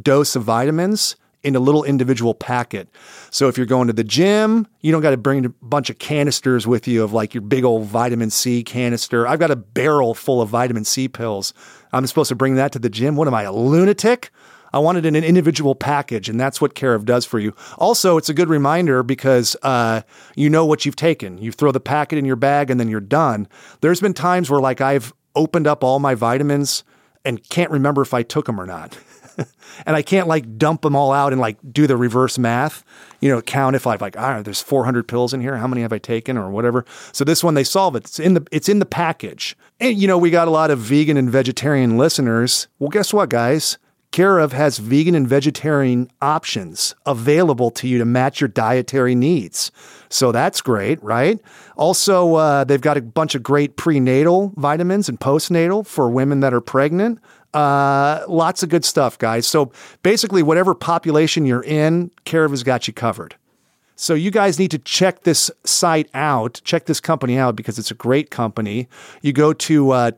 B: dose of vitamins in a little individual packet. So if you're going to the gym, you don't got to bring a bunch of canisters with you of like your big old vitamin C canister. I've got a barrel full of vitamin C pills. I'm supposed to bring that to the gym. What am I, a lunatic? I want it in an individual package, and that's what Care of does for you. Also, it's a good reminder because uh, you know what you've taken. You throw the packet in your bag, and then you're done. There's been times where, like, I've opened up all my vitamins and can't remember if I took them or not. and I can't like dump them all out and like do the reverse math, you know, count if I've like, all right, there's 400 pills in here. How many have I taken or whatever? So this one, they solve it. It's in the, it's in the package. And you know, we got a lot of vegan and vegetarian listeners. Well, guess what guys? Care of has vegan and vegetarian options available to you to match your dietary needs. So that's great, right? Also, uh, they've got a bunch of great prenatal vitamins and postnatal for women that are pregnant. Uh, lots of good stuff, guys. So basically, whatever population you're in, Care of has got you covered. So you guys need to check this site out, check this company out because it's a great company. You go to uh,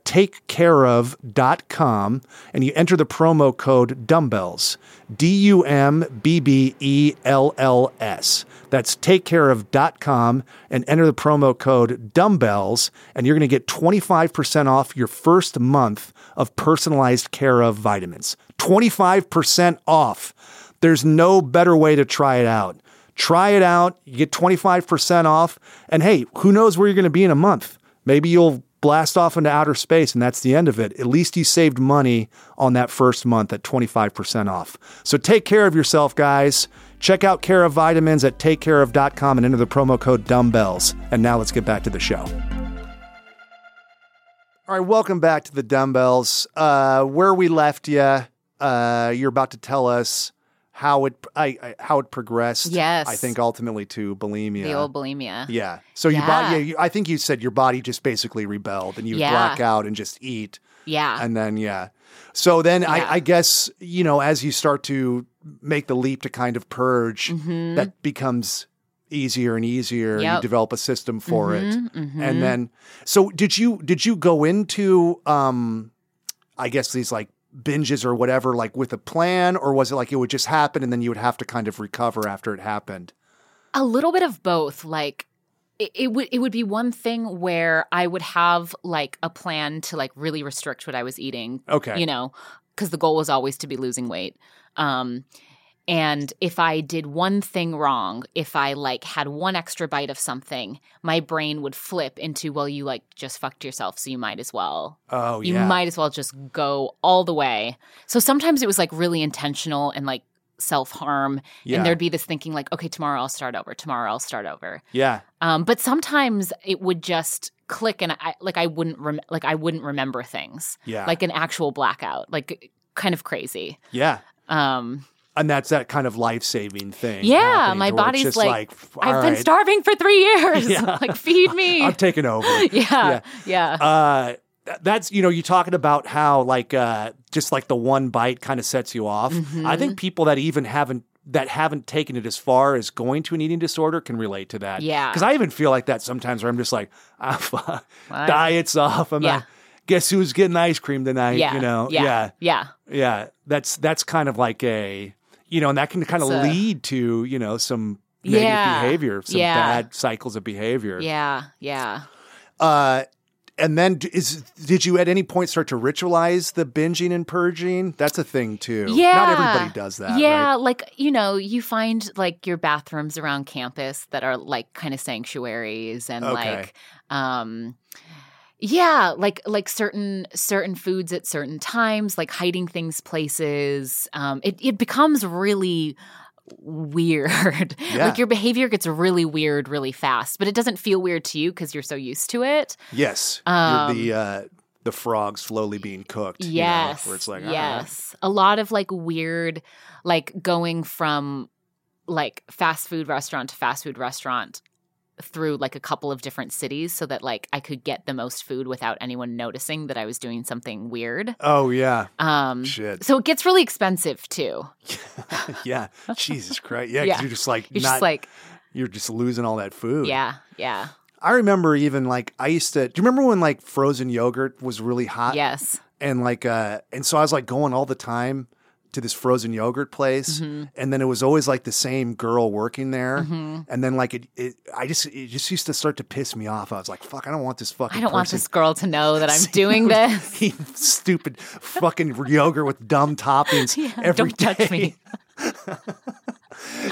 B: takecareof.com and you enter the promo code dumbbells, D U M B B E L L S. That's takecareof.com and enter the promo code dumbbells and you're going to get 25% off your first month of personalized care of vitamins. 25% off. There's no better way to try it out. Try it out. You get 25% off. And hey, who knows where you're going to be in a month? Maybe you'll blast off into outer space and that's the end of it. At least you saved money on that first month at 25% off. So take care of yourself, guys. Check out Care of Vitamins at takecareof.com and enter the promo code dumbbells. And now let's get back to the show. All right, welcome back to the dumbbells. Uh, where we left you, uh, you're about to tell us how it I, I, how it progressed.
C: Yes.
B: I think ultimately to bulimia.
C: The old bulimia.
B: Yeah. So your
C: Yeah.
B: body, yeah, you, I think you said your body just basically rebelled and you
C: Yeah.
B: black out and just eat.
C: Yeah.
B: And then, yeah. So then
C: Yeah.
B: I, I guess, you know, as you start to make the leap to kind of purge,
C: Mhm.
B: that becomes easier and easier. You
C: Yep.
B: develop a system for it.
C: Mhm, mhm.
B: And then, so did you, did you go into, um, I guess these like, binges or whatever like with a plan or was it like it would just happen and then you would have to kind of recover after it happened
C: a little bit of both like it, it would it would be one thing where i would have like a plan to like really restrict what i was eating
B: okay
C: you know because the goal was always to be losing weight um and if i did one thing wrong if i like had one extra bite of something my brain would flip into well you like just fucked yourself so you might as well
B: oh
C: you
B: yeah
C: might as well just go all the way so sometimes it was like really intentional and like self-harm
B: yeah
C: and there'd be this thinking like, okay, tomorrow I'll start over. Tomorrow I'll start over.
B: yeah
C: Um, but sometimes it would just click, and I like I wouldn't rem- like I wouldn't remember things,
B: yeah
C: like an actual blackout, like kind of crazy.
B: yeah
C: Um,
B: and that's that kind of life saving thing.
C: Yeah,
B: happening
C: my
B: to where it's
C: body's
B: just
C: like,
B: "All
C: I've been
B: right,
C: starving for three years.
B: Yeah.
C: like feed me.
B: I'm taking over.
C: yeah, yeah,
B: uh, th- that's you know you talking about how like uh, just like the one bite kind of sets you off. I
C: Mm-hmm.
B: think people that even haven't that haven't taken it as far as going to an eating disorder can relate to that.
C: Yeah.
B: because I even feel like that sometimes where I'm just like, ah, fuck,
C: What?
B: diets off. I'm
C: Yeah.
B: like, guess who's getting ice cream tonight?
C: yeah.
B: you know,
C: yeah,
B: yeah.
C: yeah.
B: Yeah, that's that's kind of like a you know, and that can kind of
C: It's a-
B: lead to you know some negative
C: Yeah.
B: behavior, some
C: Yeah.
B: bad cycles of behavior.
C: Yeah, yeah.
B: Uh, and then d- is did you at any point start to ritualize the binging and purging? That's a thing too. not
C: Yeah.
B: everybody does that.
C: yeah,
B: right?
C: like you know, you find like your bathrooms around campus that are like kind of sanctuaries and
B: Okay.
C: like um yeah, like like certain certain foods at certain times, like hiding things places. Um it it becomes really weird.
B: Yeah.
C: like your behavior gets really weird really fast, but it doesn't feel weird to you cuz you're so used to it.
B: Yes, You're
C: Um,
B: the uh, the frog slowly being cooked. you know,
C: Yes.
B: where it's like uh-huh. all right.
C: yes. A lot of like weird, like going from like fast food restaurant to fast food restaurant through like a couple of different cities so that like I could get the most food without anyone noticing that I was doing something weird.
B: Oh yeah,
C: Um
B: shit.
C: so it gets really expensive too.
B: yeah, Jesus Christ. Yeah, 'cause
C: Yeah.
B: you're just like
C: You're
B: not.
C: just like,
B: you're just losing all that food.
C: yeah, yeah,
B: I remember even like I used to. Do you remember when like frozen yogurt was really hot?
C: yes.
B: And like, uh, and so I was like going all the time to this frozen yogurt place,
C: Mm-hmm.
B: and then it was always like the same girl working there, and then like it, it, I just it just used to start to piss me off. I was like, fuck, I don't want this fucking.
C: I don't want
B: person
C: this girl to know that I'm doing this.
B: eating stupid fucking yogurt with dumb toppings
C: Yeah,
B: every
C: don't touch
B: day.
C: me.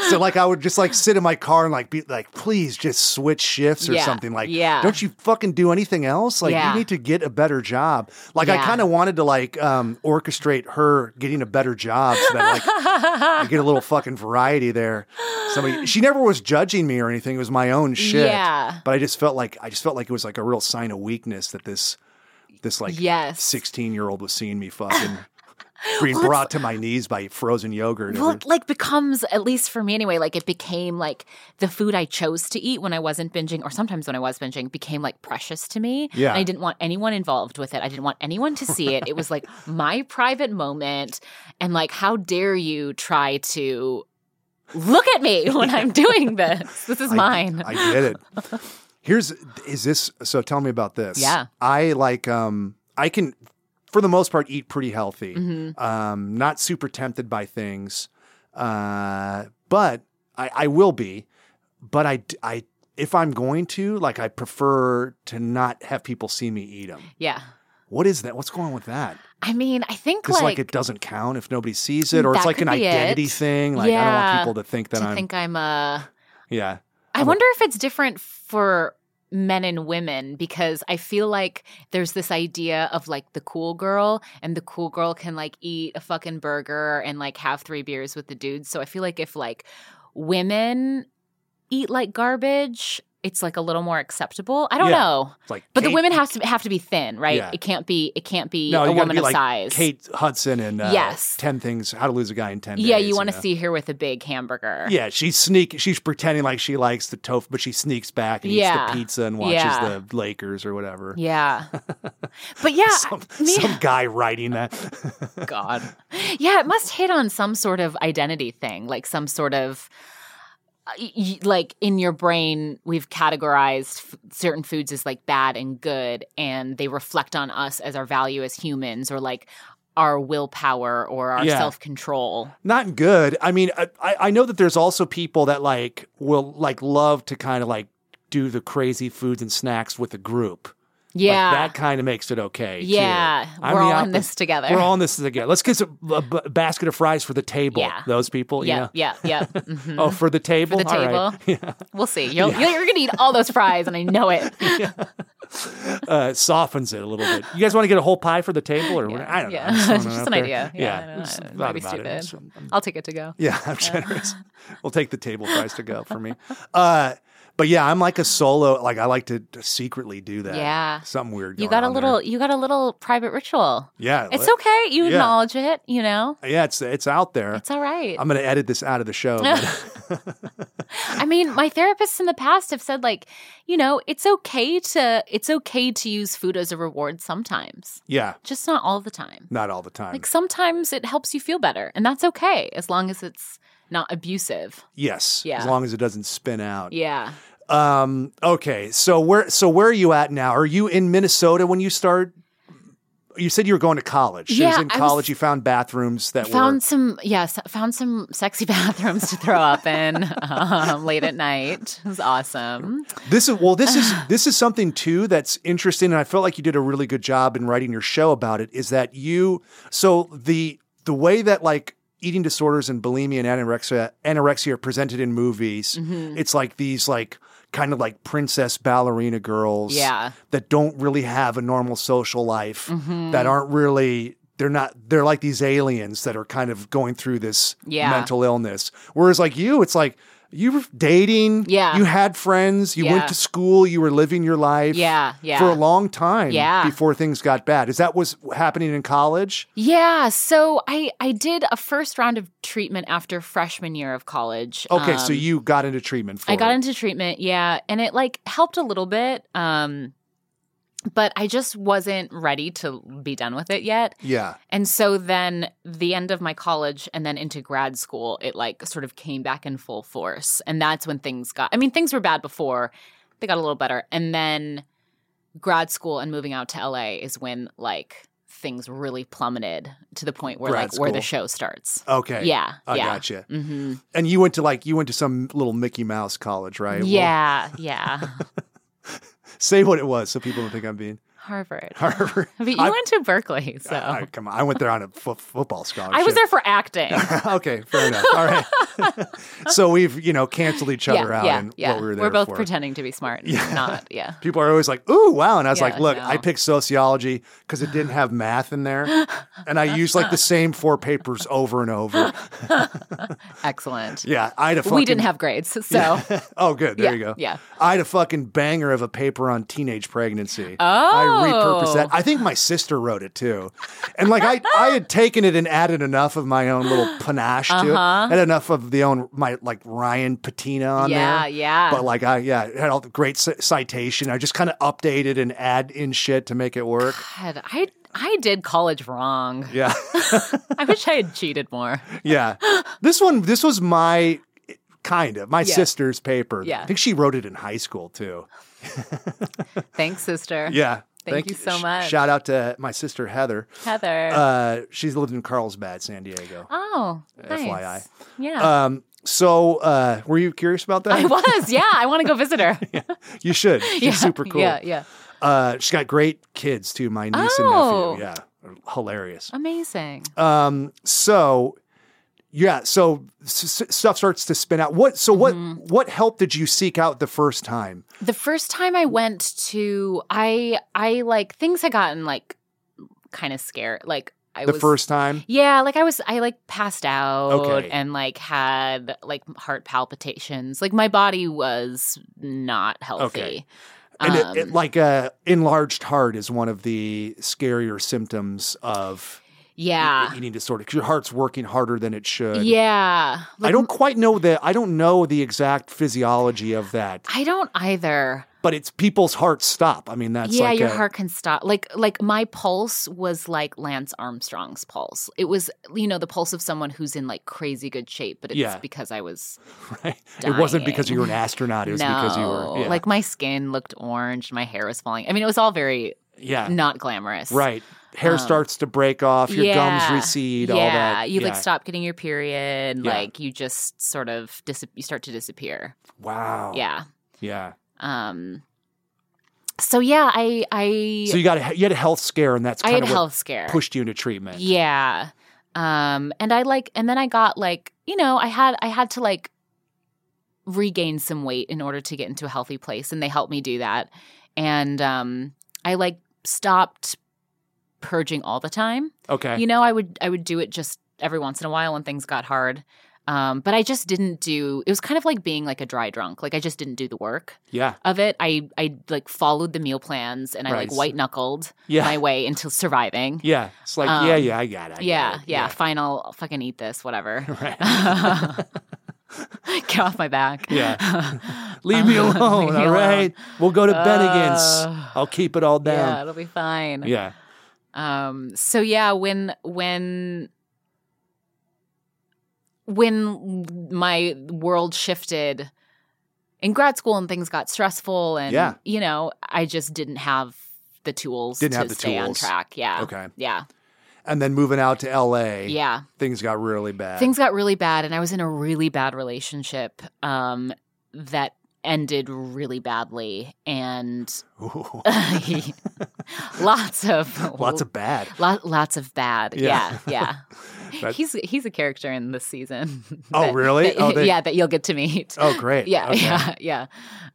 B: so like I would just like sit in my car and like be like, please just switch shifts or
C: Yeah,
B: something. Like,
C: yeah.
B: don't you fucking do anything else? Like
C: Yeah.
B: you need to get a better job. Like I
C: Yeah.
B: kind of wanted to like um, orchestrate her getting a better job so that like I get a little fucking variety there. Somebody she never was judging me or anything. It was my own shit.
C: Yeah.
B: But I just felt like I just felt like it was like a real sign of weakness that this this like
C: Yes.
B: 16 year old was seeing me fucking being brought to my knees by frozen yogurt.
C: Well,
B: every-
C: it like becomes at least for me anyway. Like it became like the food I chose to eat when I wasn't binging, or sometimes when I was binging, became like precious to me.
B: Yeah.
C: and I didn't want anyone involved with it. I didn't want anyone to see it. It was like my private moment, and like how dare you try to look at me when I'm doing this. This is
B: I-
C: mine.
B: I get it. Here's is this so tell me about this.
C: Yeah.
B: I like um I can for the most part eat pretty healthy.
C: Mm-hmm.
B: Um not super tempted by things. Uh but I I will be but I d- I if I'm going to like I prefer to not have people see me eat them.
C: yeah.
B: What is that? What's going on with that?
C: I mean, I think
B: Because
C: like,
B: like, it doesn't count if nobody sees it, or it's
C: That
B: like an
C: could be it.
B: identity thing. Like I don't want
C: Yeah.
B: people to think that
C: to
B: I'm
C: think I'm uh
B: yeah.
C: I
B: I'm a-
C: wonder if it's different for men and women because I feel like there's this idea of like the cool girl and the cool girl can like eat a fucking burger and like have three beers with the dudes. So I feel like if like women eat like garbage, it's like a little more acceptable. I don't
B: Yeah.
C: know.
B: It's like
C: But
B: Kate-
C: the women have to have to be thin, right?
B: Yeah.
C: It can't be it can't be
B: No, you
C: a
B: gotta
C: woman
B: be
C: of
B: like
C: size.
B: Kate Hudson and uh,
C: Yes.
B: ten things how to lose a guy in ten.
C: yeah,
B: Days,
C: you want to
B: know?
C: see her with a big hamburger.
B: Yeah, she's sneak. She's pretending like she likes the tofu, but she sneaks back and eats
C: Yeah.
B: the pizza and watches
C: Yeah.
B: the Lakers or whatever.
C: Yeah. But yeah,
B: Some,
C: me-
B: some guy writing that.
C: God. Yeah, it must hit on some sort of identity thing, like some sort of uh, y- y- like in your brain we've categorized f- certain foods as like bad and good and they reflect on us as our value as humans or like our willpower or our
B: Yeah.
C: self-control.
B: Not good. I mean, I, I I know that there's also people that like will like love to kind of like do the crazy foods and snacks with a group. Like,
C: Yeah.
B: that kind of makes it okay. too.
C: yeah.
B: I'm
C: We're
B: the
C: all in
B: opposite.
C: this together.
B: We're all in this together. Let's get some, a b- basket of fries for the table.
C: Yeah.
B: Those people, you
C: yeah,
B: know.
C: yeah, yeah. Mhm.
B: Oh, for the table.
C: the
B: All right.
C: We'll see. You'll, you're, you're going to eat all those fries, and I know it.
B: Uh, it softens it a little bit. You guys want to get a whole pie for the table, or what? I don't
C: yeah.
B: know. I'm throwing
C: Just
B: it out
C: an
B: there.
C: idea. Yeah, I
B: Yeah,
C: don't know.
B: Just
C: It might
B: thought
C: be
B: about it.
C: stupid.
B: It's-
C: I'll take it to go.
B: Yeah, I'm generous. we'll take the table fries to go for me. Uh, but yeah, I'm like a solo. Like I like to to secretly do that.
C: Yeah.
B: something weird.
C: You
B: going
C: got a
B: on there.
C: little. You got a little private ritual.
B: Yeah,
C: It's okay. You
B: yeah.
C: acknowledge it. You know,
B: yeah. It's it's out there.
C: it's all right.
B: I'm gonna edit this out of the show. but-
C: I mean, my therapists in the past have said like, you know, it's okay to it's okay to use food as a reward sometimes,
B: yeah,
C: just not all the time.
B: not all the time.
C: Like sometimes it helps you feel better, and that's okay as long as it's not abusive.
B: yes,
C: Yeah.
B: as long as it doesn't spin out.
C: Yeah.
B: Um. Okay. So where so where are you at now? Are you in Minnesota when you start? You said you were going to college. It was
C: Yeah,
B: in
C: I was-
B: college. You found bathrooms that
C: found
B: were.
C: some yes found some sexy bathrooms to throw up in um, late at night it was awesome
B: This is well. This is this is something too that's interesting, and I felt like you did a really good job in writing your show about it. Is that you? So the the way that like eating disorders and bulimia and anorexia anorexia are presented in movies,
C: Mm-hmm.
B: it's like these like kind of like princess ballerina girls.
C: yeah Mm-hmm.
B: that don't really have a normal social life that aren't really they're not they're like these aliens that are kind of going through this
C: Yeah.
B: mental illness whereas like you it's like you were dating
C: Yeah.
B: you had friends you
C: Yeah.
B: went to school you were living your life
C: Yeah, yeah.
B: for a long time
C: Yeah.
B: before things got bad is that what's happening in college
C: yeah so i i did a first round of treatment after freshman year of college
B: okay so
C: Um,
B: you got into treatment for
C: I got
B: it.
C: into treatment, yeah, and it like helped a little bit. Um but I just wasn't ready to be done with it yet.
B: yeah
C: And so then the end of my college and then into grad school, it like sort of came back in full force. And that's when things got I mean, things were bad before. They got a little better. And then grad school and moving out to LA is when like things really plummeted to the point where
B: Grad
C: like where the
B: school.
C: show starts.
B: okay
C: Yeah.
B: I
C: yeah.
B: gotcha.
C: Mm-hmm.
B: And you went to like you went to some little Mickey Mouse college, right? Well,
C: Yeah, yeah.
B: say what it was so people don't think I'm being
C: Harvard.
B: Harvard.
C: But you
B: I-
C: went to Berkeley, so
B: I, I-
C: I,
B: come on, I went there on a fo- football scholarship.
C: was there for acting.
B: okay, fair enough. All right. so we've you know canceled each other out and what we were there
C: are both
B: for.
C: pretending to be smart and
B: Yeah.
C: not. Yeah.
B: People are always like, "Ooh, wow!" And I was
C: Yeah,
B: like, "Look,
C: no.
B: I picked sociology because it didn't have math in there, and I used like the same four papers over and over."
C: Excellent.
B: Yeah, I had a. Fucking,
C: we didn't have grades, so
B: oh, good. There
C: Yeah,
B: you go.
C: yeah.
B: I had a fucking banger of a paper on teenage pregnancy. I repurposed
C: Oh.
B: that. I think my sister wrote it too. And like I, I had taken it and added enough of my own little panache to it.
C: Uh-huh.
B: Had enough of the own my like Ryan patina on
C: Yeah,
B: there.
C: yeah.
B: But like I yeah, it had all the great c- citation. I just kind of updated and add in shit to make it work.
C: God, I I did college wrong.
B: Yeah.
C: I wish I had cheated more.
B: yeah. This one this was my kind of. My
C: Yeah.
B: sister's paper.
C: Yeah.
B: I think she wrote it in high school too.
C: Thanks, sister.
B: Yeah.
C: Thank you so
B: Sh-
C: much.
B: Shout out to my sister Heather.
C: Heather.
B: Uh, she's lived in Carlsbad, San Diego.
C: oh, nice.
B: FYI.
C: Yeah.
B: Um, so uh, were you curious about that?
C: I was. Yeah, I want to go visit her. yeah,
B: You should. She's super cool.
C: Yeah, yeah.
B: Uh, she's got great kids too. My niece
C: Oh.
B: and nephew. Yeah, hilarious.
C: Amazing.
B: Um, so yeah, so s- s- stuff starts to spin out. What? So what?
C: Mm-hmm.
B: What help did you seek out the first time?
C: The first time I went to I I like things had gotten like kind of scared. Like I
B: the
C: was
B: first time.
C: Yeah, like I was I like passed out
B: Okay.
C: and like had like heart palpitations. Like my body was not healthy.
B: Okay. And it- it,
C: Um,
B: like a enlarged heart is one of the scarier symptoms of e-
C: yeah.
B: eating disorder because your heart's working harder than it should.
C: Yeah. Like,
B: I don't quite know the I don't know the exact physiology of that,
C: I don't either.
B: but it's people's hearts stop. I mean, that's
C: yeah,
B: like
C: your
B: a-
C: heart can stop. Like like my pulse was like Lance Armstrong's pulse. It was you know the pulse of someone who's in like crazy good shape, but it's
B: Yeah.
C: because I was
B: Right? It wasn't because you were an
C: dying.
B: astronaut. It was
C: no,
B: because you were yeah.
C: like my skin looked orange, my hair was falling. I mean, it was all very
B: yeah,
C: not glamorous.
B: right. Hair
C: um,
B: starts to break off. Your
C: yeah,
B: gums recede.
C: yeah,
B: all that.
C: you like
B: Yeah.
C: stop getting your period.
B: Yeah.
C: Like you just sort of dis- you start to disappear.
B: Wow.
C: Yeah.
B: Yeah.
C: Um. So yeah, I I
B: So you got a, you had a health scare, and that's
C: I
B: kind
C: had
B: of
C: a
B: what
C: health scare.
B: pushed you into treatment.
C: Yeah. Um and I like and then I got like, you know, I had I had to like regain some weight in order to get into a healthy place and they helped me do that. And um I like stopped purging all the time.
B: Okay.
C: You know, I would I would do it just every once in a while when things got hard. Um but I just didn't do it was kind of like being like a dry drunk. Like I just didn't do the work
B: yeah.
C: of it. I I like followed the meal plans and I
B: Right.
C: like white knuckled
B: Yeah.
C: my way into surviving
B: yeah. It's like yeah,
C: Um,
B: yeah. I got it. I got
C: yeah,
B: it.
C: yeah, Fine, I'll fucking eat this, whatever.
B: Right.
C: Get off my back.
B: Yeah. Leave me alone. All
C: me alone.
B: right. We'll go to Bennigan's.
C: Uh,
B: I'll keep it all
C: yeah,
B: down.
C: it'll be fine.
B: yeah.
C: Um. So yeah, when when when my world shifted in grad school and things got stressful and
B: Yeah.
C: you know I just didn't have the tools
B: Didn't
C: to
B: have the
C: stay
B: tools.
C: on track. Yeah.
B: Okay.
C: Yeah.
B: And then moving out to LA,
C: Uh, Yeah.
B: things got really bad.
C: things got really bad and i was in a really bad relationship um that ended really badly and
B: Ooh.
C: lots of
B: Lots of bad.
C: lo- lots of bad
B: Yeah.
C: yeah yeah,
B: That-
C: he's he's a character in this season
B: Oh, really?
C: that-
B: Oh, they-
C: yeah that you'll get to meet
B: Oh, great.
C: yeah
B: Okay.
C: yeah yeah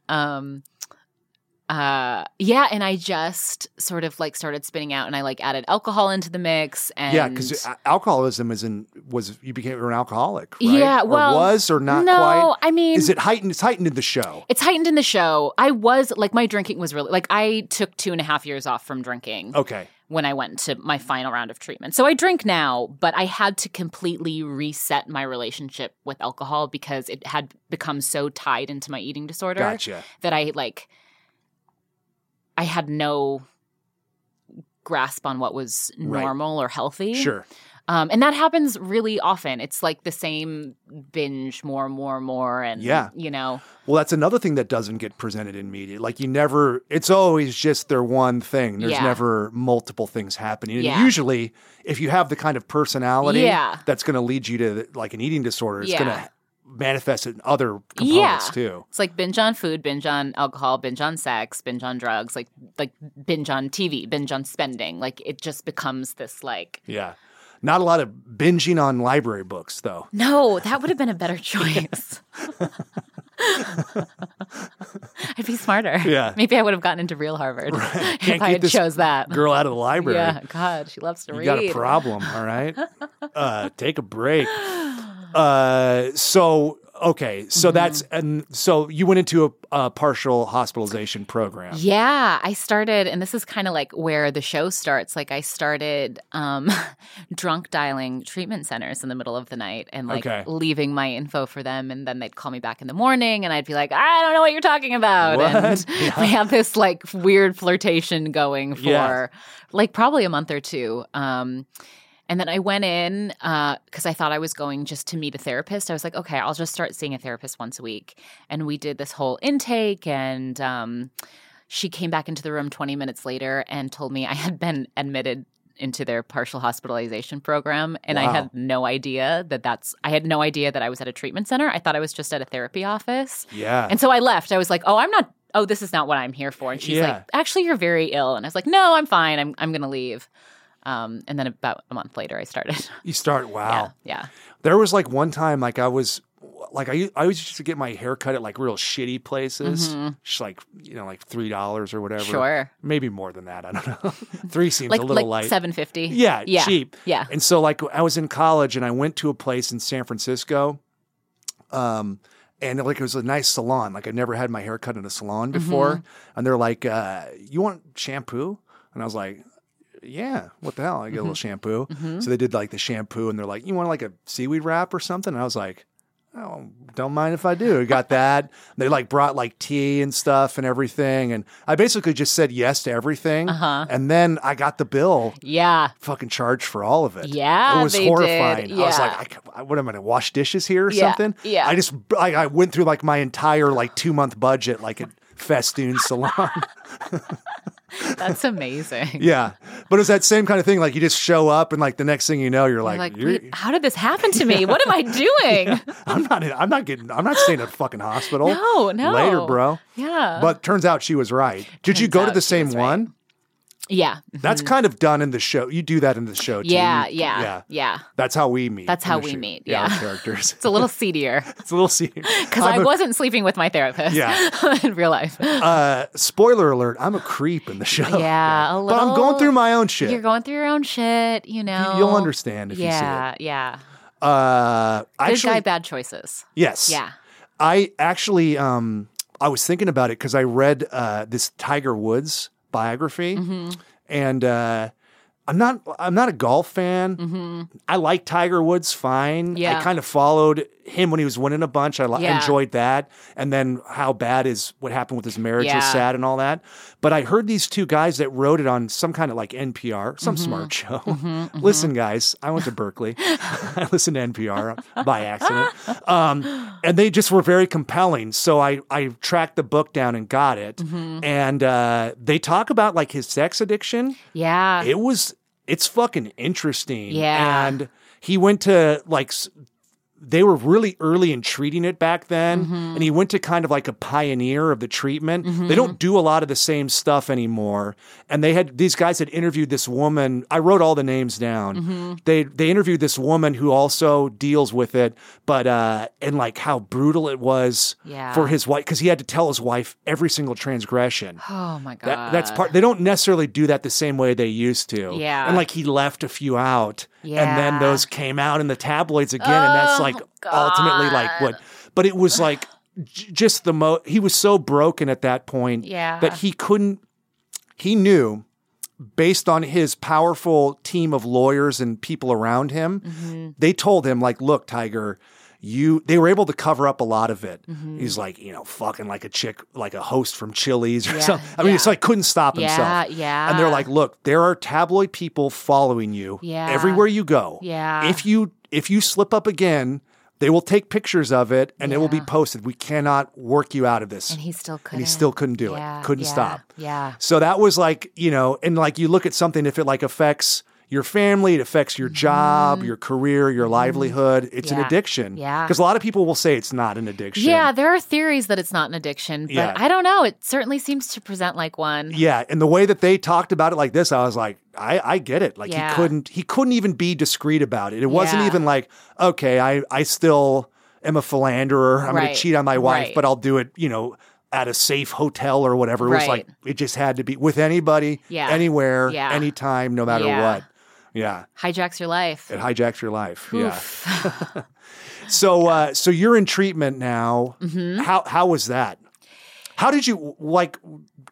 C: um uh yeah and i just sort of like started spinning out and i like added alcohol into the mix and
B: Yeah, because alcoholism is in was you became an alcoholic, right?
C: Yeah,
B: Or
C: well,
B: was or not
C: no
B: quite.
C: i mean
B: Is it heightened? It's heightened in the show.
C: It's heightened in the show. I was like, my drinking was really like I took two and a half years off from drinking
B: Okay.
C: when I went to my final round of treatment. So I drink now, but I had to completely reset my relationship with alcohol because it had become so tied into my eating disorder
B: Gotcha.
C: that I like, I had no grasp on what was
B: Right.
C: normal or healthy.
B: Sure.
C: Um, and that happens really often. It's like the same binge more, more, more. And,
B: Yeah.
C: you know,
B: Well, that's another thing that doesn't get presented in media. Like you never, it's always just their one thing. There's
C: Yeah.
B: never multiple things happening. And
C: Yeah.
B: usually, if you have the kind of personality
C: Yeah.
B: that's going to lead you to like an eating disorder, it's
C: Yeah.
B: going to manifest in other
C: Yeah.
B: components too.
C: It's like binge on food, binge on alcohol, binge on sex, binge on drugs, like like binge on TV, binge on spending. Like it just becomes this like
B: Yeah. Not a lot of binging on library books though.
C: no, that would have been a better choice. I'd be smarter.
B: Yeah.
C: Maybe I would have gotten into real Harvard
B: Can't
C: if I
B: keep
C: had
B: this
C: chose that.
B: Girl out of the library.
C: Yeah, God, she loves to
B: You
C: read.
B: got a problem, all right? uh, take a break. Uh, so okay, so
C: Mm-hmm.
B: that's and so you went into a, a partial hospitalization program.
C: Yeah, I started, and this is kind of like where the show starts. Like, I started um, drunk dialing treatment centers in the middle of the night and like
B: Okay.
C: leaving my info for them. And then they'd call me back in the morning, and I'd be like, I don't know what you're talking about.
B: What?
C: And
B: Yeah.
C: we had this like weird flirtation going for
B: Yeah.
C: like probably a month or two. Um, And then I went in because I thought I was going just to meet a therapist. I was like, okay, I'll just start seeing a therapist once a week. And we did this whole intake, and um, she came back into the room 20 minutes later and told me I had been admitted into their partial hospitalization program and
B: Wow.
C: I had no idea that that's I had no idea that I was at a treatment center. I thought I was just at a therapy office.
B: Yeah.
C: And so I left. I was like, "Oh, I'm not. Oh, this is not what I'm here for." And she's
B: Yeah.
C: like, "Actually, you're very ill." And I was like, "No, I'm fine. I'm I'm gonna leave." Um, and then about a month later, I started.
B: you start, wow.
C: Yeah,
B: There was like one time, like I was, like I, I always used to get my hair cut at like real shitty places, Just, like you know, like three dollars or
C: yeah.
B: whatever.
C: Mm-hmm. sure.
B: maybe more than that. I don't know. three seems
C: Like
B: a little
C: like
B: light.
C: seven fifty.
B: Yeah,
C: yeah,
B: cheap.
C: yeah.
B: And so, like, I was in college and I went to a place in San Francisco. Um, and like it was a nice salon. Like I never had my hair cut in a salon
C: Mm-hmm.
B: before. And they're like, uh, "You want shampoo?" And I was like, "Yeah, what the hell? I get a little
C: Mm-hmm.
B: shampoo." So they did like the shampoo, and they're like, "You want like a seaweed wrap or something?" And I was like, "Oh, don't mind if I do." I got that. And they like brought like tea and stuff and everything, and I basically just said yes to everything.
C: Uh-huh.
B: And then I got the bill
C: Yeah,
B: fucking charged for all of it.
C: Yeah,
B: it was
C: they did.
B: horrifying. I was
C: Yeah.
B: like, I, c- I- what am I gonna wash dishes here or
C: Yeah,
B: something?
C: yeah.
B: I just I, I went through like my entire like two month budget like at Festoon Salon.
C: that's amazing.
B: yeah, but it's that same kind of thing. Like you just show up and like the next thing you know, you're
C: You're
B: like,
C: like,
B: you're,
C: "Wait, how did this happen to me? What am I doing?
B: I'm not in- I'm not getting I'm not staying at a fucking hospital.
C: No, no.
B: later, bro.
C: Yeah,
B: But turns out she was right. Did you
C: Turns
B: go to
C: out
B: the
C: she
B: same
C: was right.
B: one?
C: yeah,
B: That's kind of done in the show. You do that in the show too.
C: yeah,
B: You-
C: yeah,
B: yeah.
C: yeah,
B: That's how we meet.
C: That's
B: in
C: how
B: the
C: we
B: show.
C: meet,
B: our
C: yeah.
B: characters.
C: It's a little seedier
B: it's a little scene.
C: because I wasn't sleeping with my therapist.
B: Yeah.
C: in real life.
B: uh, spoiler alert, I'm a creep in the show.
C: Yeah, a
B: But I'm going
C: little-
B: through my own shit.
C: You're going through your own shit. You know,
B: You'll understand if you
C: yeah, yeah.
B: see it. Uh,
C: Good
B: actually,
C: guy, bad choices.
B: yes.
C: Yeah.
B: I actually, um, I was thinking about it because I read uh, this Tiger Woods biography,
C: Mm-hmm.
B: and uh, I'm not, I'm not a golf fan. I like Tiger Woods fine. I
C: Mm-hmm. Yeah.
B: kind of followed him when he was winning a bunch. I li-
C: Yeah.
B: enjoyed that, and then how bad is what happened with his marriage was
C: Yeah.
B: sad and all that. But I heard these two guys that wrote it on some kind of like NPR, some smart show. Listen, guys, I went to Berkeley. I listened to NPR by accident. Um, and they just were very compelling. So I, I tracked the book down and got it. And uh, they talk about like his sex addiction.
C: Yeah.
B: It was, it's fucking interesting.
C: Yeah.
B: And he went to like, s- they were really early in treating it back then.
C: Mm-hmm.
B: And he went to kind of like a pioneer of the treatment. They
C: Mm-hmm.
B: don't do a lot of the same stuff anymore. And they had these guys had interviewed this woman. I wrote all the names down.
C: Mm-hmm.
B: They they interviewed this woman who also deals with it, but uh and like how brutal it was
C: Yeah.
B: for his wife because he had to tell his wife every single transgression.
C: oh my god.
B: That, that's part. They don't necessarily do that the same way they used to.
C: Yeah.
B: And like he left a few out, and then
C: Yeah.
B: those came out in the tabloids again, and that's
C: Oh,
B: like ultimately like what. But it was like j- just the mo. He was so broken at that point
C: Yeah.
B: that he couldn't. He knew, based on his powerful team of lawyers and people around him,
C: Mm-hmm.
B: they told him like, "Look, Tiger." You, they were able to cover up a lot of it.
C: Mm-hmm.
B: He's like, you know, fucking like a chick, like a host from Chili's or
C: Yeah,
B: something. I mean,
C: yeah.
B: it's like couldn't stop himself.
C: Yeah, yeah.
B: And they're like, look, there are tabloid people following you
C: Yeah.
B: everywhere you go.
C: Yeah.
B: If you if you slip up again, they will take pictures of it and it will be posted. We cannot work you out of this.
C: and he still couldn't.
B: And he still couldn't do
C: Uh-huh. Yeah,
B: it. Couldn't
C: yeah,
B: stop.
C: Yeah.
B: So that was like, you know, and like you look at something, if it like affects your family, it affects your job, your career, your livelihood, it's an
C: Mm-hmm. Yeah.
B: addiction.
C: Yeah.
B: Because a lot of people will say it's not an addiction.
C: Yeah, there are theories that it's not an addiction, but
B: Yeah.
C: I don't know. It certainly seems to present like one.
B: Yeah, and the way that they talked about it like this, I was like, I, I get it. Like he
C: Yeah.
B: couldn't he couldn't even be discreet about it. It wasn't
C: Yeah.
B: even like, okay, I I still am a philanderer. I'm gonna
C: Right,
B: cheat on my wife,
C: right.
B: but I'll do it, you know, at a safe hotel or whatever. It was
C: Right.
B: like it just had to be with anybody,
C: Yeah.
B: anywhere,
C: Yeah.
B: anytime, no matter
C: Yeah.
B: what. Yeah.
C: Hijacks your life.
B: It hijacks your life.
C: Oof.
B: Yeah. So uh so you're in treatment now.
C: Mhm.
B: How how was that? How did you like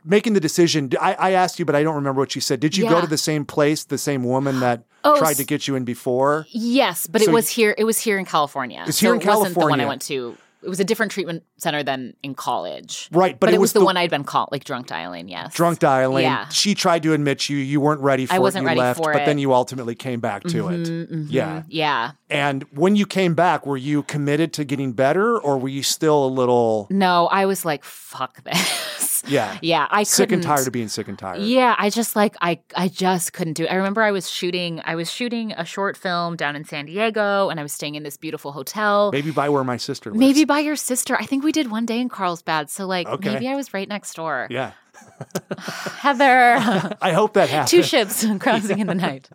B: making the decision? I, I asked you, but I don't remember what you said. Did you go
C: Yeah.
B: to the same place, the same woman that
C: Oh,
B: tried
C: s-
B: to get you in before?
C: Yes, but
B: So
C: it was here. It was here in California.
B: It's here
C: so
B: in
C: It wasn't the one
B: California.
C: I went to it was a different treatment center than in college.
B: Right, but,
C: But, it, was, the, one I'd been called, like drunk dialing. Yes,
B: drunk dialing.
C: Yeah.
B: She tried to admit you you weren't ready for
C: I
B: it.
C: wasn't
B: you
C: ready
B: left,
C: for
B: but then
C: it.
B: you ultimately came back to it.
C: Mhm, mhm.
B: Yeah.
C: yeah.
B: And when you came back, were you committed to getting better, or were you still a little
C: No, I was like, fuck this.
B: yeah
C: yeah, I
B: sick and
C: couldn't-
B: tired of being sick and tired?
C: Yeah, I just like I I just couldn't do it. I remember I was shooting I was shooting a short film down in San Diego and I was staying in this beautiful hotel.
B: Maybe by where my sister lives.
C: Maybe by your sister. I think we did one day in Carlsbad. So like
B: Okay.
C: maybe I was right next door.
B: Yeah.
C: Heather,
B: I hope that happens.
C: two ships crossing in the night.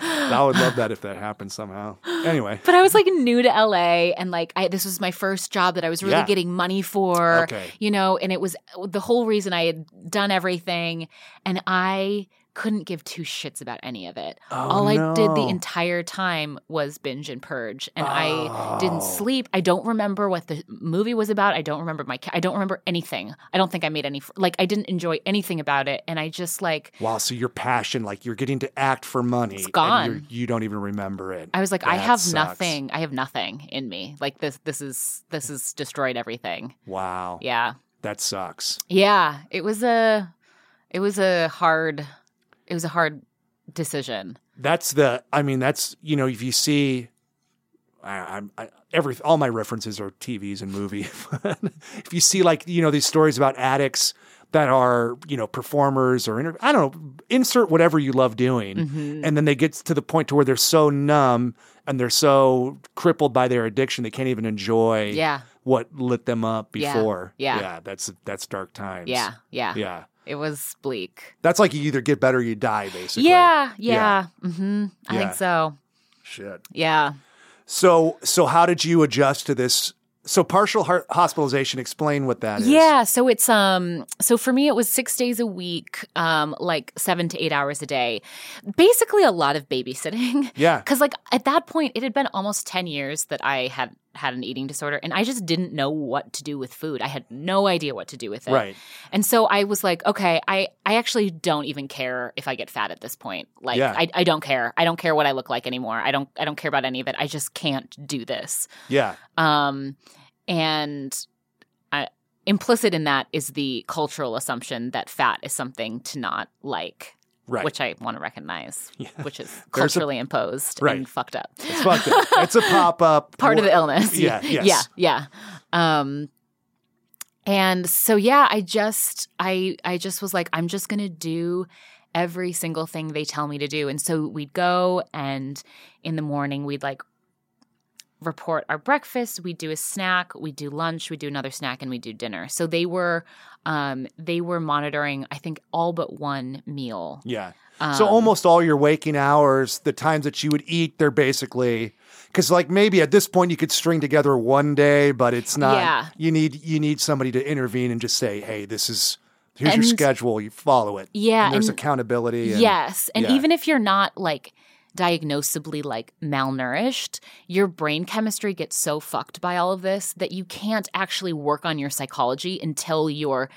B: I would love that if that happened somehow. Anyway.
C: But I was like new to LA and like I, this was my first job that I was really
B: Yeah.
C: getting money for,
B: Okay.
C: you know, and it was the whole reason I had done everything and I couldn't give two shits about any of it.
B: Oh,
C: All I did
B: no.
C: the entire time was binge and purge and I
B: Oh.
C: didn't sleep. I don't remember what the movie was about. I don't remember my ca- I don't remember anything. I don't think I made any fr- like I didn't enjoy anything about it and I just like
B: Wow, so your passion, like you're getting to act for money.
C: It's gone.
B: And you're- you don't even remember it.
C: I was like, I
B: That
C: have
B: sucks.
C: nothing. I have nothing in me. Like this, this is this has destroyed everything.
B: Wow.
C: Yeah,
B: That sucks.
C: yeah. It was a, it was a hard, it was a hard decision.
B: That's the, I mean, that's, you know, if you see, I, I'm, I, every, all my references are TVs and movie. if you see, like, you know, these stories about addicts that are, you know, performers or, inter- I don't know, insert whatever you love doing.
C: Mm-hmm.
B: Mm. And then they get to the point to where they're so numb and they're so crippled by their addiction, they can't even enjoy
C: Yeah,
B: what lit them up
C: Yeah.
B: before.
C: Yeah.
B: that's, that's dark times.
C: yeah, yeah.
B: Yeah.
C: It was bleak.
B: That's like you either get better or you die, basically.
C: Yeah, yeah. hmm I
B: Yeah.
C: think so.
B: Shit.
C: Yeah.
B: So so how did you adjust to this? So partial heart hospitalization. Explain what that is.
C: Yeah, so it's um so for me it was 6 days a week, um like 7 to 8 hours a day. Basically a lot of babysitting.
B: Yeah.
C: Cuz like at that point it had been almost 10 years that I had had an eating disorder and I just didn't know what to do with food. I had no idea what to do with it.
B: Right.
C: And so I was like, okay, I I actually don't even care if I get fat at this point. Like
B: Yeah.
C: I I don't care. I don't care what I look like anymore. I don't I don't care about any of it. I just can't do this.
B: Yeah.
C: Um, and I, implicit in that is the cultural assumption that fat is something to not like,
B: Right.
C: which I want to recognize, which is
B: There's a-
C: culturally imposed
B: Right.
C: and fucked up.
B: it's fucked up. It's a pop up.
C: Part of the illness.
B: Yeah, yes.
C: Yeah. Yeah. Um, and so yeah, I just I I just was like, I'm just gonna do every single thing they tell me to do. And so we'd go and in the morning we'd like report our breakfast we do a snack we do lunch we do another snack and we do dinner so they were um they were monitoring i think all but one meal
B: Yeah.
C: um,
B: So almost all your waking hours, the times that you would eat, they're basically because like maybe at this point you could string together one day, but it's not.
C: Yeah.
B: You need you need somebody to intervene and just say, hey, this is here's
C: And-
B: your schedule. You follow it.
C: Yeah,
B: And there's
C: and-
B: accountability. And,
C: Yes. And
B: yeah.
C: even if you're not like diagnosably like malnourished, your brain chemistry gets so fucked by all of this that you can't actually work on your psychology until you're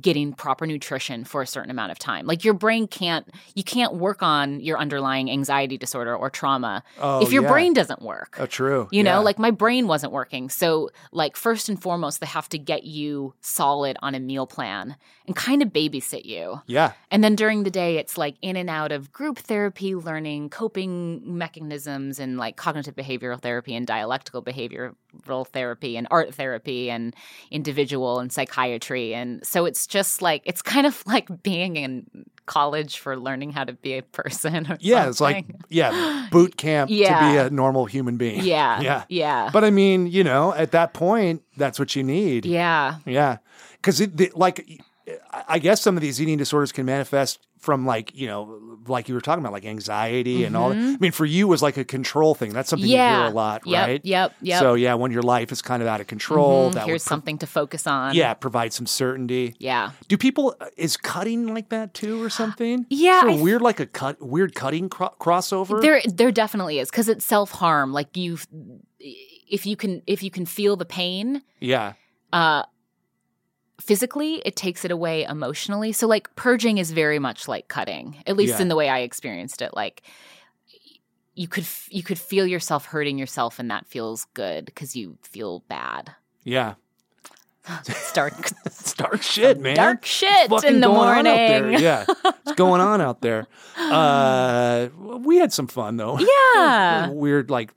C: getting proper nutrition for a certain amount of time. Like your brain can't you can't work on your underlying anxiety disorder or trauma
B: Oh,
C: if your
B: yeah.
C: brain doesn't work.
B: Oh, true.
C: You
B: Yeah.
C: know, like my brain wasn't working. So, like, first and foremost, they have to get you solid on a meal plan and kind of babysit you.
B: yeah.
C: And then during the day, it's like in and out of group therapy, learning coping mechanisms and like cognitive behavioral therapy and dialectical behavioral therapy and art therapy and individual and psychiatry. And so it's just like, it's kind of like being in college for learning how to be a person. Or
B: Yeah, it's like
C: something.
B: yeah, boot camp to be
C: Yeah.
B: a normal human being.
C: yeah.
B: yeah.
C: Yeah.
B: But I mean, you know, at that point, that's what you need.
C: yeah.
B: yeah. Because like, I- I guess some of these eating disorders can manifest from like you know, like you were talking about, like anxiety and all. that. I mean, for you it was like a control thing. That's something you
C: Mm-hmm. Yeah.
B: hear a lot,
C: Yep,
B: right?
C: yep, yep. Mm-hmm.
B: So yeah, when your life is kind of out of control, that
C: Here's
B: would,
C: something to focus on.
B: yeah provide some certainty.
C: Yeah.
B: Do people uh, is cutting like that too, or something?
C: Yeah,
B: Is there
C: I
B: a
C: th-
B: weird like a cut weird cutting cro- crossover.
C: There, there definitely is because it's self harm. Like you, if you can, if you can feel the pain
B: yeah,
C: uh, physically, it takes it away emotionally. So like purging is very much like cutting, at least
B: Yeah.
C: in the way I experienced it. Like you could f- you could feel yourself hurting yourself and that feels good because you feel bad
B: Yeah.
C: it's dark
B: It's dark shit, man.
C: dark shit
B: Fucking
C: in the
B: going on out there.
C: morning
B: Yeah. What's going on out there? Uh, we had some fun though.
C: yeah
B: Weird like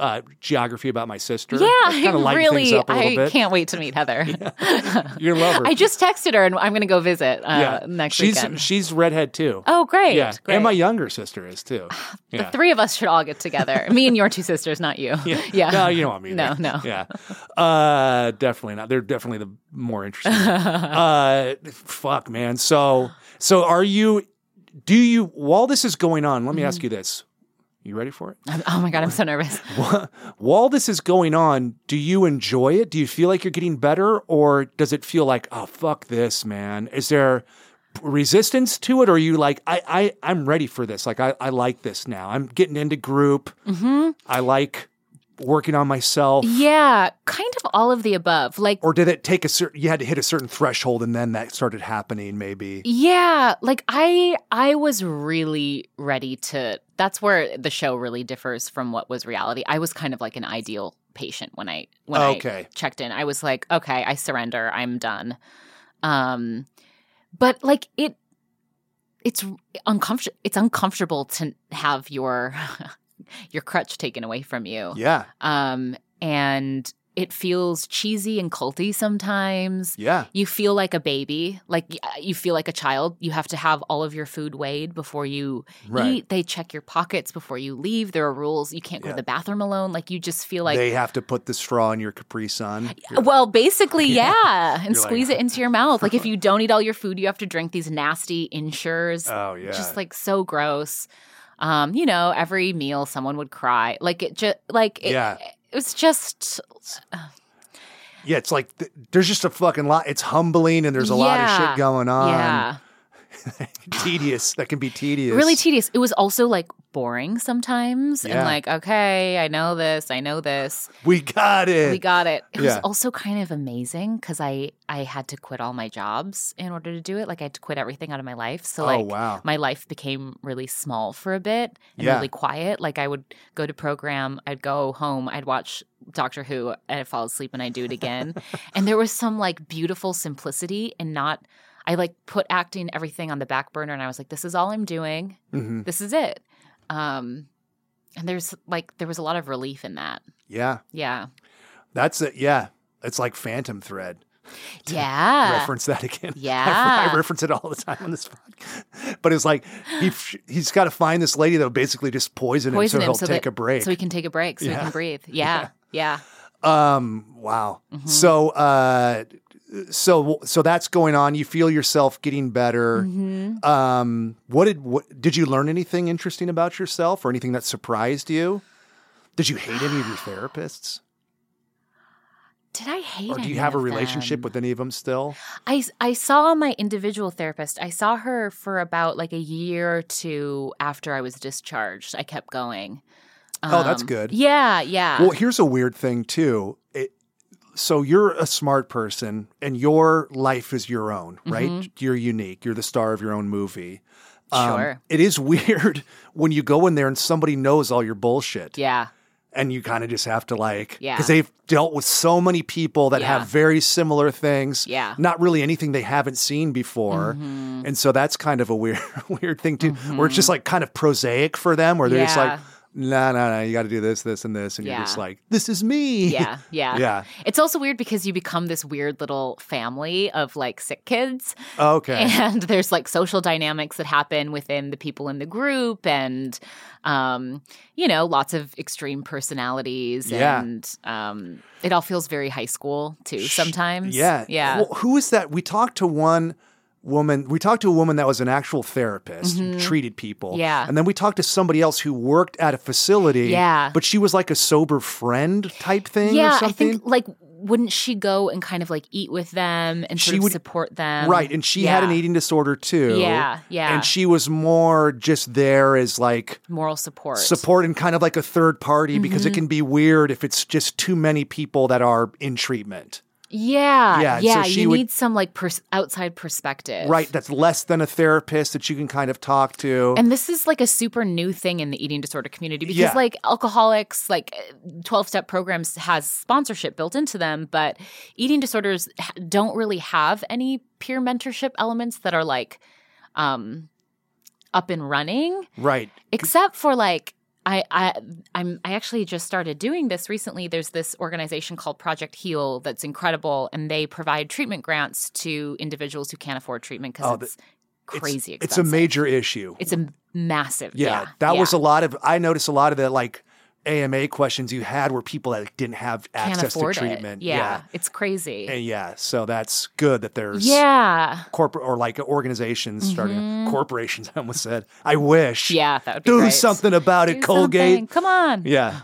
B: uh, geography about my sister.
C: yeah
B: Kind of
C: I
B: lighten
C: really
B: things up a little
C: i
B: bit.
C: can't wait to meet heather
B: You're a lover.
C: i just texted her and i'm gonna go visit uh,
B: yeah.
C: next
B: she's
C: weekend
B: she's redhead too.
C: oh great,
B: yeah.
C: great.
B: And my younger sister is too.
C: the
B: Yeah.
C: three of us should all get together me and your two sisters not you yeah,
B: No, you know what I mean.
C: No, no.
B: Yeah. Uh, definitely not. They're definitely the more interesting. uh, fuck, man. So, so are you, do you, while this is going on, let me
C: Mm-hmm.
B: ask you this. You ready for it?
C: I'm- oh my god i'm so nervous
B: While this is going on, do you enjoy it? Do you feel like you're getting better or does it feel like, oh, fuck this, man? Is there resistance to it? Or are you like, I, I, I'm ready for this. Like, I, I like this now. I'm getting into group.
C: hmm
B: I like working on myself.
C: yeah kind of all of the above like
B: or did it take a certain you had to hit a certain threshold and then that started happening maybe
C: Yeah, like I I was really ready to that's where the show really differs from what was reality. I was kind of like an ideal patient when I when
B: Okay.
C: I checked in. I was like, okay, I surrender. I'm done. Um but like it it's uncomfortable it's uncomfortable to have your your crutch taken away from you.
B: yeah
C: Um and it feels cheesy and culty sometimes
B: yeah
C: you feel like a baby like y- uh, you feel like a child you have to have all of your food weighed before you
B: right
C: eat they check your pockets before you leave there are rules you can't go
B: Yeah.
C: to the bathroom alone like you just feel like
B: they have to put the straw in your capri sun You're-
C: well basically yeah, and
B: You're like-
C: squeeze it into your mouth like if you don't eat all your food you have to drink these nasty insures
B: oh yeah
C: just like so gross um you know every meal someone would cry like it just like it,
B: Yeah.
C: it was just
B: yeah it's like th- there's just a fucking lot it's humbling and there's a lot of
C: Yeah.
B: shit going on
C: yeah
B: tedious that can be tedious
C: really tedious. It was also like boring sometimes
B: Yeah.
C: and like, okay, I know this, I know this.
B: we got it
C: We got it. It
B: Yeah.
C: was also kind of amazing cuz I I had to quit all my jobs in order to do it. Like I had to quit everything out of my life. So
B: oh
C: like
B: wow
C: my life became really small for a bit and
B: Yeah.
C: really quiet. Like I would go to program, I'd go home, I'd watch Doctor Who, and I'd fall asleep and I'd do it again. and there was some like beautiful simplicity and not I like put acting everything on the back burner and I was like, this is all I'm doing
B: hmm
C: this is it um and there's like there was a lot of relief in that
B: yeah
C: yeah
B: that's it yeah it's like phantom thread
C: yeah
B: reference that again. I,
C: Yeah.
B: I reference it all the time on this podcast. But it's like he he's got to find this lady that'll basically just poison,
C: Poison
B: him so
C: him
B: he'll
C: so
B: take
C: that-
B: a break.
C: so we can take a break so we
B: Yeah.
C: can breathe yeah yeah,
B: um wow.
C: Mhm.
B: So uh so so that's going on. You feel yourself getting better.
C: Mhm.
B: Um what did what did you learn anything interesting about yourself or anything that surprised you? Did you hate any of your therapists?
C: did i hate
B: Or do
C: any
B: you have a
C: of
B: relationship
C: them?
B: with any of them still?
C: I, I saw my individual therapist. I saw her for about like a year or two after I was discharged. I kept going. Um,
B: Oh, that's good.
C: Yeah, yeah.
B: Well, here's a weird thing too. It, so you're a smart person, and your life is your own,
C: Mm-hmm.
B: right? You're unique. You're the star of your own movie. Um,
C: Sure.
B: It is weird when you go in there and somebody knows all your bullshit,
C: yeah.
B: and you kind of just have to like,
C: Yeah.
B: because they've dealt with so many people that
C: Yeah.
B: have very similar things.
C: Yeah. Mm-hmm.
B: Not really anything they haven't seen before. And so that's kind of a weird, weird thing too, where it's just like kind of prosaic for them, where they're just like,
C: Yeah.
B: no, no, no, you got to do this, this, and this. And you're
C: Yeah.
B: just like, this is me.
C: Yeah, yeah.
B: Yeah.
C: It's also weird because you become this weird little family of like sick kids.
B: Okay.
C: and there's like social dynamics that happen within the people in the group and um you know lots of extreme personalities
B: Yeah.
C: and um it all feels very high school too sometimes
B: Yeah.
C: yeah
B: Well, who is that? We talked to one woman. We talked to a woman that was an actual therapist, treated people.
C: Mm-hmm. Yeah.
B: And then we talked to somebody else who worked at a facility.
C: Yeah.
B: But she was like a sober friend type thing or
C: yeah i
B: something.
C: think like wouldn't she go and kind of like eat with them and sort
B: She
C: of
B: would-
C: support them
B: right. And she had an
C: um, Yeah.
B: eating disorder too.
C: Yeah, yeah.
B: And she was more just there as like
C: moral support
B: support and kind of like
C: Mm-hmm.
B: a third party because it can be weird if it's just too many people that are in treatment. Yeah,
C: Yeah. Yeah.
B: and so she
C: you
B: would-
C: need some like pers- outside perspective.
B: right? That's less than a therapist that you can kind of talk to.
C: And this is like a super new thing in the eating disorder community because
B: Yeah.
C: like alcoholics like 12-step programs has sponsorship built into them but eating disorders ha- don't really have any peer mentorship elements that are like um up and running
B: right.
C: except for like I, I I'm I actually just started doing this recently. There's this organization called Project Heal that's incredible, and they provide treatment grants to individuals who can't afford treatment because
B: Oh,
C: it's
B: It's-
C: crazy
B: It's, a
C: expensive.
B: major issue.
C: It's a massive.
B: yeah,
C: Yeah,
B: that
C: yeah.
B: was a lot of. I noticed a lot of the like AMA questions you had were people that didn't have
C: Can't
B: access to
C: afford it.
B: treatment.
C: Yeah, it's crazy.
B: And yeah, so that's good that there's
C: yeah, Mm-hmm.
B: corporate or like organizations starting corporations. I almost said I wish.
C: yeah, that would be
B: do
C: great.
B: something about it,
C: Do
B: Colgate.
C: something. Come on.
B: Yeah,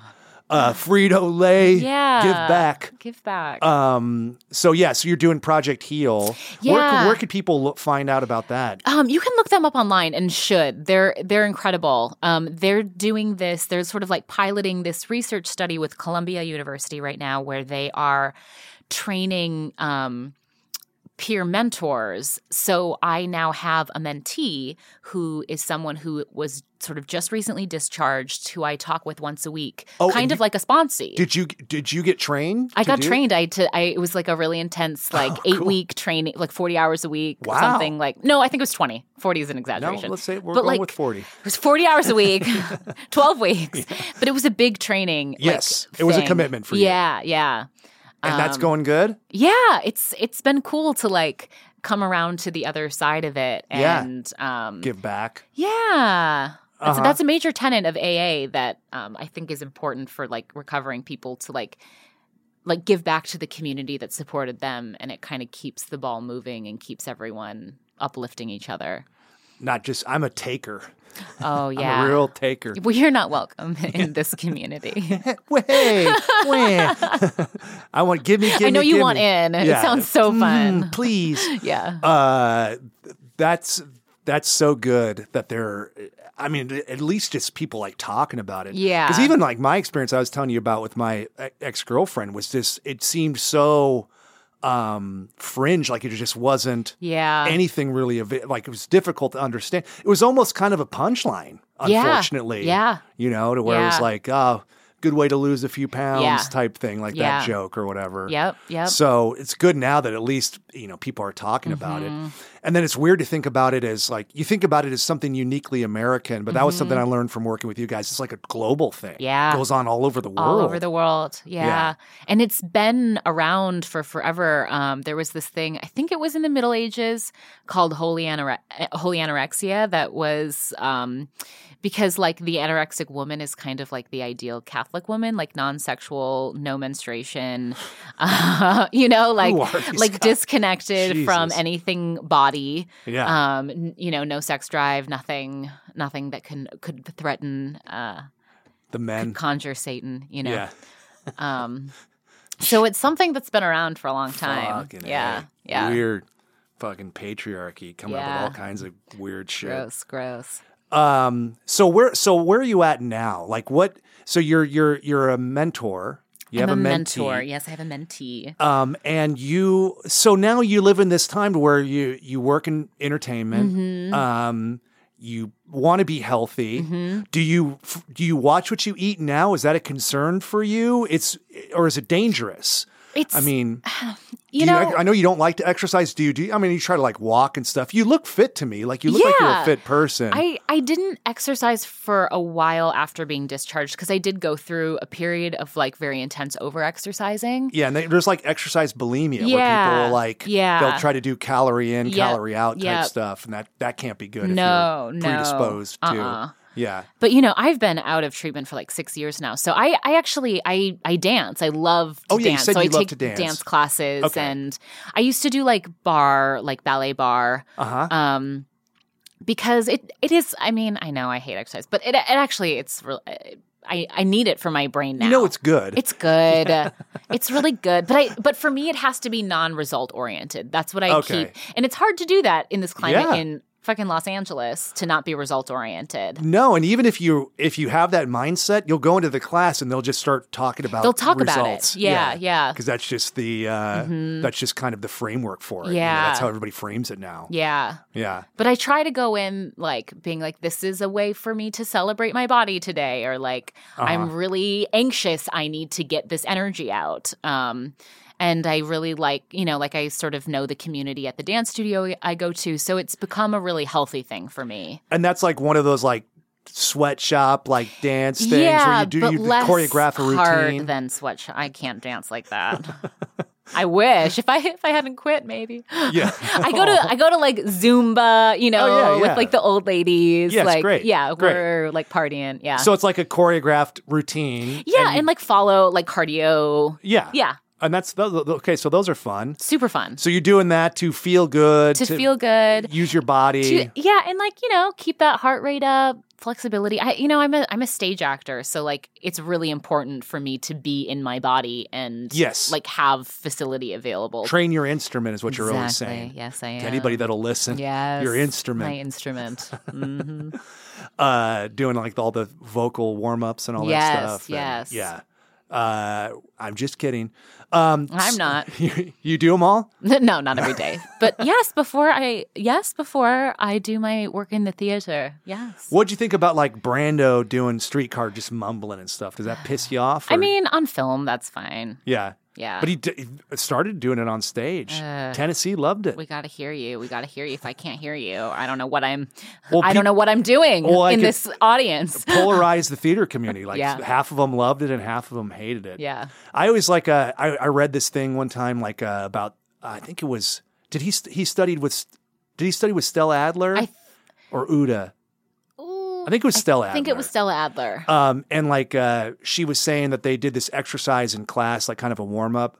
B: uh, Frito Lay.
C: Yeah.
B: give back.
C: Give back.
B: Um. So yeah. So you're doing Project Heal. Where, could-
C: Yeah.
B: where could people look, find out about that?
C: Um, you can look them up online and should. They're they're incredible. Um, they're doing this. They're sort of like piloting this research study with Columbia University right now, where they are training um, peer mentors. So I now have a mentee who is someone who was sort of just recently discharged, who I talk with once a week,
B: Oh, and
C: kind of
B: you-
C: like a sponsee.
B: Did you Did you get trained?
C: I
B: to
C: got
B: do-
C: trained. I, to, I it was like a really intense, like
B: Oh,
C: eight
B: cool.
C: week training, like forty hours a week,
B: Wow.
C: or something like. No, I think it was twenty. Forty is an
B: No,
C: exaggeration.
B: let's say we're
C: But,
B: going
C: like,
B: with forty.
C: It was 40 hours a week, 12 weeks. But it was a big training. like,
B: Yes, it was a
C: thing.
B: commitment for you.
C: Yeah, yeah.
B: And that's
C: Um,
B: going good.
C: Yeah, it's it's been cool to like come around to the other side of it
B: Yeah.
C: and yeah. um
B: Give back.
C: yeah. That's,
B: Uh-huh.
C: that's a major tenet of AA that um, I think is important for like recovering people to like like give back to the community that supported them and it kind of keeps the ball moving and keeps everyone uplifting each other.
B: Not just. I'm a taker.
C: Oh yeah.
B: I'm a real taker.
C: Well, you're not welcome in this community.
B: Way, way. I want give me. Give
C: I know
B: me,
C: you
B: give
C: want
B: me.
C: in. It
B: Yeah.
C: sounds so
B: Mm,
C: fun.
B: please.
C: Yeah.
B: Uh, that's that's so good that they're. I mean, at least just people like talking about it.
C: Yeah.
B: Because even like my experience, I was telling you about with my ex girlfriend was just. It seemed so um fringe, like it just wasn't
C: Yeah.
B: anything really. Av- like it was difficult to understand. It was almost kind of a punchline,
C: Yeah.
B: unfortunately.
C: Yeah.
B: You know, to where it was
C: Yeah.
B: like, oh, good way to lose a few pounds
C: Yeah.
B: type thing, like that
C: Yeah.
B: joke or whatever.
C: yep. Yep.
B: So it's good now that at least you know people are talking about it,
C: Mm-hmm.
B: and then it's weird to think about it as like you think about it as something uniquely American, but that was something I learned from working with you guys. It's like a global thing.
C: Mm-hmm. Yeah.
B: goes on all over the world.
C: all over the world. Yeah.
B: Oh. Yeah.
C: And it's been around for forever. Um, there was this thing, I think it was in the Middle Ages, called holy, anore- eh, holy anorexia, that was um, because, like, the anorexic woman is kind of like the ideal Catholic woman, like non sexual, no menstruation, uh, you know, like,
B: are these
C: like
B: guys?
C: disconnected from
B: Jesus.
C: anything body.
B: yeah.
C: Um, n- you know, no sex drive, nothing, nothing that can could threaten, uh,
B: the men.
C: conjure Satan. You know,
B: Yeah,
C: um, so it's something that's been around for a long time.
B: Fucking
C: yeah,
B: A.
C: yeah.
B: Weird, fucking patriarchy coming up with
C: Yeah.
B: all kinds of weird shit.
C: Gross, gross.
B: Um. So where so where are you at now? Like what? So you're you're you're a mentor. You
C: I'm
B: have
C: a
B: a,
C: mentor.
B: mentee.
C: Yes, I have a mentee.
B: Um, and you, so now you live in this time to where you you work in entertainment.
C: Mm-hmm.
B: Um, you want to be healthy.
C: Mm-hmm.
B: Do you f- do you watch what you eat now? Is that a concern for you? It's or is it dangerous?
C: It's
B: I mean,
C: you,
B: do
C: know,
B: I know you don't like to exercise. Do you? Do you, I mean you try to like walk and stuff? You look fit to me. Like you look like you're a
C: Yeah.
B: fit person.
C: I, I didn't exercise for a while after being discharged because I did go through a period of like very intense over exercising.
B: yeah, and they, there's like exercise bulimia where
C: Yeah,
B: people like
C: yeah.
B: they'll try to do calorie in,
C: Yep,
B: calorie out type
C: yep.
B: stuff, and that that can't be good.
C: No,
B: if you're
C: no,
B: predisposed
C: uh-uh.
B: to yeah.
C: But you know, I've been out of treatment for like six years now. So I, I actually, I, I dance. I love to
B: Oh, yeah, you
C: dance.
B: said
C: so
B: you
C: I
B: love
C: take
B: to dance.
C: classes,
B: Okay.
C: and I used to do like bar, like ballet bar.
B: Uh huh.
C: um because it it is i mean i know i hate exercise but it, it actually it's real i i need it for my brain now
B: You know it's good.
C: it's good it's really good but i but for me it has to be non-result oriented that's what i
B: Okay.
C: keep and it's hard to do that in this climate
B: Yeah.
C: in fucking Los Angeles to not be result oriented.
B: No, and even if you if you have that mindset, you'll go into the class and they'll just start talking about
C: They'll talk about
B: results.
C: it. Yeah, yeah. Mm-hmm.
B: because that's just the uh, that's just kind of the framework for it. You know,
C: Yeah.
B: that's how everybody frames it now.
C: Yeah.
B: Yeah,
C: But I try to go in like being like, this is a way for me to celebrate my body today, or like, I'm
B: Uh-huh.
C: really anxious. I need to get this energy out. Um, and I really like, you know, like I sort of know the community at the dance studio I go to. So it's become a really healthy thing for me.
B: and that's like one of those like sweatshop like dance things where
C: yeah,
B: you do
C: but
B: you
C: less
B: choreograph a routine.
C: hard than sweatshop. I can't dance like that. I wish if I if I hadn't quit, maybe.
B: Yeah.
C: I go to I go to like Zumba, you know,
B: Oh, yeah, yeah.
C: with like the old ladies.
B: Yes,
C: like
B: great,
C: yeah,
B: great.
C: we're like partying. Yeah.
B: so it's like a choreographed routine.
C: yeah, and, like follow like cardio.
B: yeah,
C: Yeah.
B: and that's those, okay. So those are fun.
C: Super fun.
B: So you're doing that to feel good,
C: to, feel good.
B: use your body.
C: To, yeah, and like, you know, keep that heart rate up, flexibility. I you know, I'm a I'm a stage actor, so like it's really important for me to be in my body and
B: Yes.
C: like have facility available.
B: Train your instrument is what you're always
C: Exactly.
B: saying.
C: Yes, I am.
B: To anybody that'll listen,
C: yes,
B: your instrument.
C: My instrument. hmm
B: uh doing like all the vocal warm-ups and all
C: Yes,
B: that stuff and-
C: yes.
B: yeah uh i'm just kidding um
C: I'm not.
B: you, you do them all
C: no, not every day. But yes, before I yes, before I do my work in the theater. Yes.
B: what'd you think about like brando doing streetcar just mumbling and stuff does that piss you off
C: I
B: or-
C: mean, on film that's fine.
B: yeah
C: Yeah.
B: but he, d- he started doing it on stage
C: Uh,
B: tennessee loved it
C: we got to hear you. We got to hear you. If I can't hear you, I don't know what I'm
B: Well,
C: I don't
B: peop-
C: know what I'm doing
B: Well, I
C: in
B: could-
C: this audience.
B: polarized the theater community like
C: Yeah.
B: half of them loved it and half of them hated it
C: yeah.
B: I always like uh, I, I read this thing one time like uh, about I think it was did he st- he studied with did he study with Stella Adler
C: I th-
B: or Uda?
C: Ooh,
B: I think it was Stella
C: I think
B: Adler.
C: it was Stella Adler.
B: Um, and like uh, she was saying that they did this exercise in class, like kind of a warm up,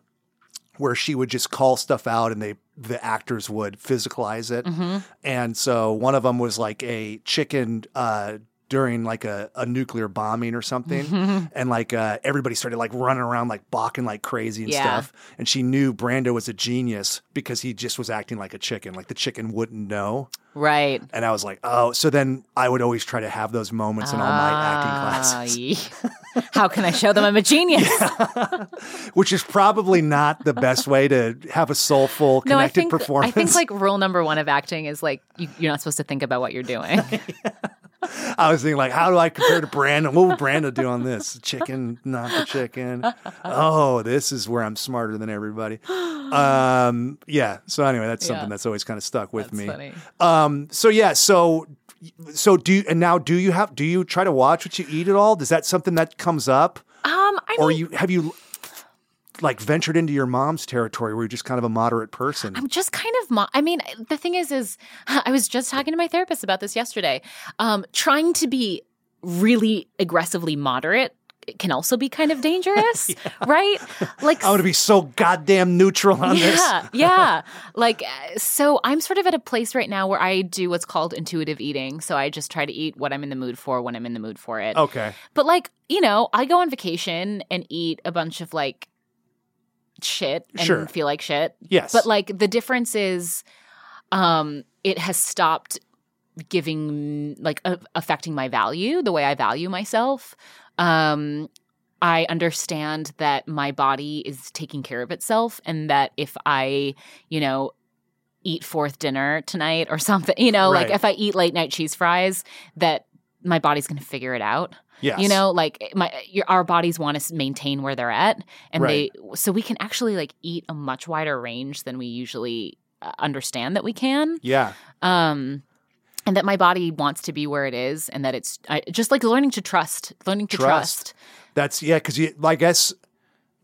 B: where she would just call stuff out, and they the actors would physicalize it.
C: Mm-hmm.
B: And so one of them was like a chicken uh, during like a, a nuclear bombing or something,
C: Mm-hmm.
B: and like uh, everybody started like running around like balking like crazy and
C: Yeah.
B: stuff. And she knew Brando was a genius because he just was acting like a chicken, like the chicken wouldn't know.
C: right.
B: And I was like, oh, so then I would always try to have those moments in all my acting classes.
C: Ah, yeah. How can I show them I'm a genius?
B: which is probably not the best way to have a soulful, connected
C: no, I think
B: performance.
C: I think like rule number one of acting is like you, you're not supposed to think about what you're doing.
B: I was thinking, like, how do I compare to Brandon? What would Brandon do on this? Chicken, not the chicken. Oh, this is where I'm smarter than everybody. Um, yeah. So anyway, that's something
C: Yeah.
B: that's always kind of stuck with
C: That's
B: me.
C: funny.
B: Um, so yeah. So so do you, and now do you have do you try to watch what you eat at all? Is that something that comes up,
C: Um, I
B: or
C: mean,
B: you have you? Like ventured into your mom's territory, where you're just kind of a moderate person.
C: I'm just kind of. Mo- I mean, the thing is, is I was just talking to my therapist about this yesterday. Um, trying to be really aggressively moderate can also be kind of dangerous, right? Like
B: I'm gonna be so goddamn neutral on this.
C: yeah, yeah. Like, uh, so I'm sort of at a place right now where I do what's called intuitive eating. So I just try to eat what I'm in the mood for when I'm in the mood for it.
B: Okay.
C: But like, you know, I go on vacation and eat a bunch of like shit and
B: Sure.
C: feel like shit.
B: Yes.
C: But like the difference is um it has stopped giving like a- affecting my value, the way I value myself. Um I understand that my body is taking care of itself and that if I, you know, eat fourth dinner tonight or something, you know,
B: Right.
C: like if I eat late night cheese fries that my body's going to figure it out.
B: yes.
C: You know, like eh, my your, our bodies want to maintain where they're at, and they so we can actually like eat a much wider range than we usually uh, understand that we can.
B: Yeah.
C: Um, and that my body wants to be where it is, and that it's I, just like learning to trust, learning to
B: Trust.
C: trust.
B: That's yeah. Because you, I guess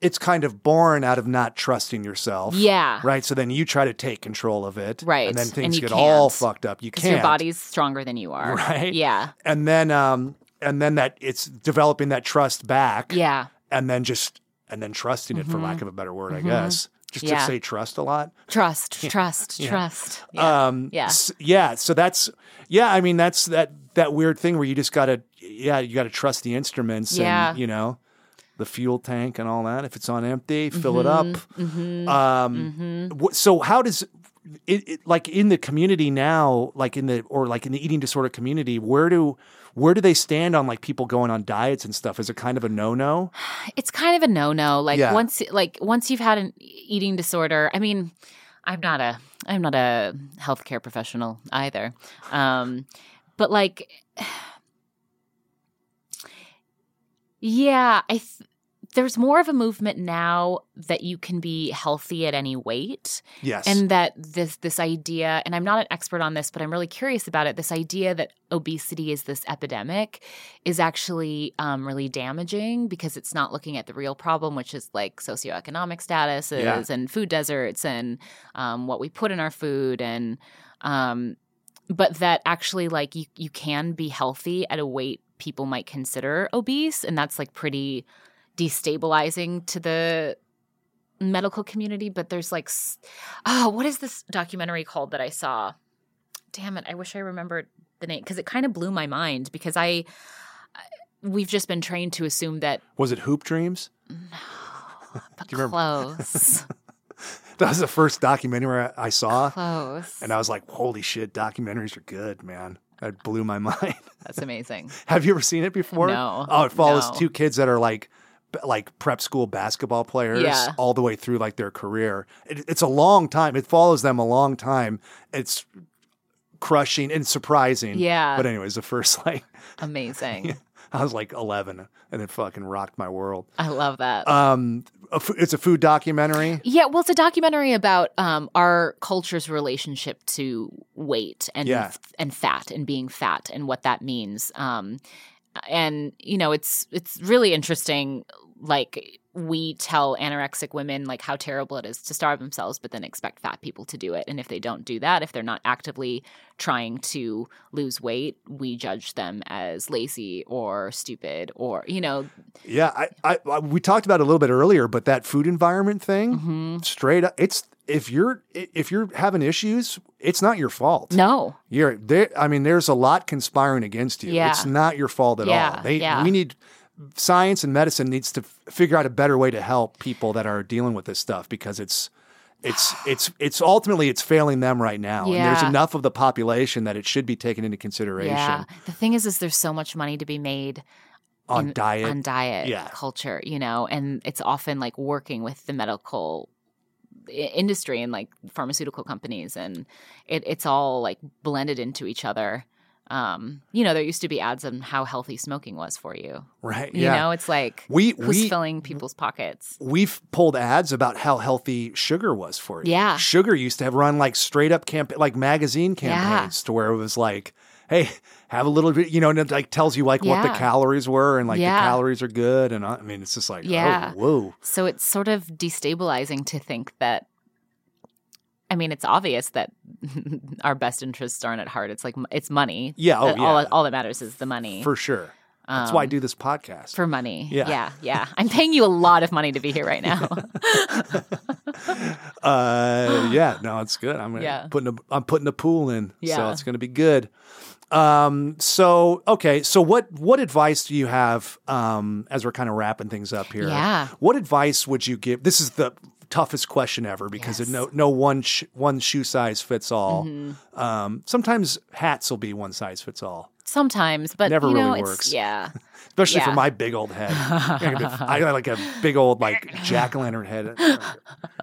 B: it's kind of born out of not trusting yourself.
C: Yeah,
B: Right. So then you try to take control of it.
C: Right,
B: And then
C: and
B: things
C: you
B: get all
C: can't,
B: fucked up. You
C: because
B: can't.
C: your body's stronger than you are.
B: Right.
C: Yeah.
B: And then um and then that it's developing that trust back.
C: Yeah. Mm-hmm.
B: And then just and then trusting it for lack of a better word, I guess. Just
C: Yeah.
B: to say trust a lot.
C: Trust. Trust. Trust. Yeah.
B: Um,
C: Yeah.
B: s- yeah. So that's yeah. I mean, that's that that weird thing where you just gotta yeah, you gotta trust the instruments.
C: Yeah.
B: And, you know, the fuel
C: Mm-hmm.
B: uh, tank and all that. If it's on empty, fill it up. Um, wh- so how does it, it like in the community now like in the or like in the eating disorder community where do where do they stand on like people going on diets and stuff is it kind of a no-no
C: it's kind of a no-no like
B: Yeah.
C: once like once you've had an eating disorder i mean i'm not a i'm not a healthcare professional either um but like yeah i th- there's more of a movement now that you can be healthy at any weight
B: yes
C: and that this this idea and i'm not an expert on this but i'm really curious about it this idea that obesity is this epidemic is actually um, really damaging because it's not looking at the real problem which is like socioeconomic statuses
B: Yeah.
C: and food deserts and um, what we put in our food and um, but that actually like you, you can be healthy at a weight people might consider obese and that's like pretty destabilizing to the medical community but there's like s- oh what is this documentary called that i saw damn it i wish i remembered the name because it kind of blew my mind because i I- we've just been trained to assume that
B: was it hoop dreams
C: but
B: Do you
C: close
B: that was the first documentary i I saw
C: close
B: and i was like holy shit documentaries are good man that blew my mind
C: that's amazing
B: Have you ever seen it before?
C: No,
B: Oh, it follows
C: no.
B: two kids that are like b- like prep school basketball players
C: Yeah.
B: all the way through like their career. It, it's a long time. It follows them a long time. It's crushing and surprising.
C: Yeah.
B: But anyways, the first like
C: amazing
B: I was like 11 and it fucking rocked my world.
C: i love that
B: Um a f- it's a food documentary.
C: Yeah, well, it's a documentary about um, our culture's relationship to weight and
B: Yeah.
C: and fat and being fat and what that means. Um, and you know, it's it's really interesting. Like we tell anorexic women like how terrible it is to starve themselves, but then expect fat people to do it. And if they don't do that, if they're not actively trying to lose weight, we judge them as lazy or stupid or you know.
B: Yeah, I, I, I we talked about it a little bit earlier, but that food environment thing,
C: Mhm.
B: straight up it's if you're if you're having issues, it's not your fault.
C: Mm-hmm. No,
B: You're there. I mean, there's a lot conspiring against you.
C: Yeah.
B: It's not your fault at all.
C: Yeah,
B: They,
C: yeah.
B: We need science and medicine needs to f- figure out a better way to help people that are dealing with this stuff because it's it's it's it's ultimately it's failing them right now. And there's
C: Yeah.
B: enough of the population that it should be taken into consideration
C: yeah. The thing is, is there's so much money to be made
B: on
C: in-
B: diet.
C: on diet
B: Yeah.
C: culture, you know, and it's often like working with the medical i- industry and like pharmaceutical companies, and it, it's all like blended into each other. Um, you know, there used to be ads on how healthy smoking was for you.
B: right.
C: You
B: yeah.
C: know, it's like
B: we
C: who's
B: we
C: filling people's pockets.
B: we've pulled ads about how healthy sugar was for you.
C: Yeah.
B: Sugar used to have run like straight up camp like magazine
C: Yeah.
B: campaigns to where it was like, hey, have a little bit, you know, and it like tells you like what the
C: Yeah.
B: calories were and like
C: Yeah.
B: the calories are good. And uh, I, I mean, it's just like,
C: Yeah.
B: oh, whoa.
C: So it's sort of destabilizing to think that. I mean, it's obvious that our best interests aren't at heart. It's like m- it's money.
B: Yeah. Oh,
C: That all,
B: yeah.
C: all that matters is the money.
B: For sure. That's why I
C: Um,
B: do this podcast.
C: for money.
B: Yeah.
C: Yeah. yeah, I'm paying you a lot of money to be here right now.
B: uh, yeah, no, it's good. I'm gonna
C: Yeah.
B: putting a, I'm putting a pool in, so
C: Yeah.
B: it's gonna be good. Um, so okay, so what what advice do you have? Um, as we're kind of wrapping things up here,
C: Yeah.
B: What advice would you give? This is the toughest question ever because it
C: Yes.
B: no no one sh- one shoe size fits all.
C: Mm-hmm.
B: Um, sometimes hats will be one size fits all,
C: Sometimes, but
B: Never
C: you know,
B: really
C: it's-
B: works.
C: Yeah,
B: especially for
C: Yeah.
B: my big old head. I got a- I got like a big old like jack o' lantern head.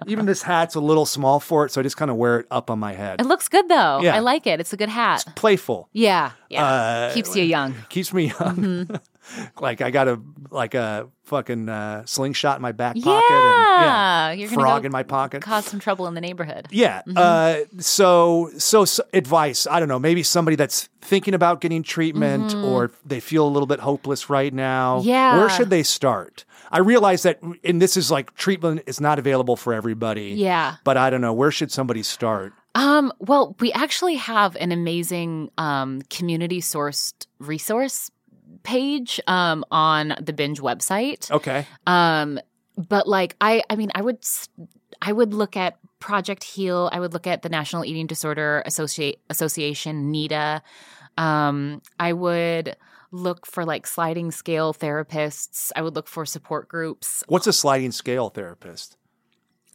B: Even this hat's a little small for it, so I just kind of wear it up on my head.
C: it looks good though.
B: Yeah.
C: I like it. It's a good hat.
B: Playful
C: Yeah, yeah.
B: Uh,
C: Keeps you young.
B: keeps me young.
C: Mm-hmm.
B: like I got a like a fucking uh, slingshot in my back pocket. and,
C: yeah, you're
B: yeah
C: gonna
B: frog
C: go
B: in my pocket.
C: cause some trouble in the neighborhood.
B: Yeah. Uh, so, so s advice. I don't know. Maybe somebody that's thinking about getting treatment, or they feel a little bit hopeless right now.
C: Mm-hmm. Yeah.
B: Where should they start? I realize that, and this is like treatment is not available for everybody.
C: Yeah.
B: But I don't know. Where should somebody start?
C: Um, well, we actually have an amazing um, community sourced resource page um, on the binge website.
B: Okay.
C: Um, but like I, I mean, I would, s- I would look at Project Heal. I would look at the National Eating Disorder Associate Association, NEDA. Um, I would look for like sliding scale therapists. I would look for support groups.
B: What's a sliding scale therapist?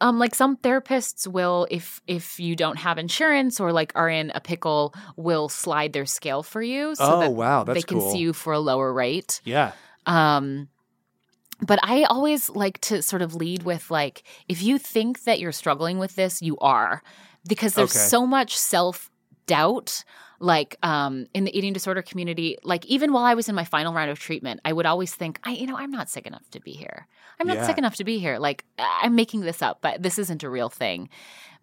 C: um like some therapists will if if you don't have insurance or like are in a pickle will slide their scale for you so
B: oh
C: that
B: wow, that's
C: they can
B: cool.
C: see you for a lower rate.
B: Yeah,
C: Um, but I always like to sort of lead with like, if you think that you're struggling with this, you are, because there's
B: Okay.
C: so much self doubt. Like um, in the eating disorder community, like even while I was in my final round of treatment, I would always think, I you know, I'm not sick enough to be here. I'm not
B: Yeah.
C: sick enough to be here. Like I- I'm making this up, but this isn't a real thing.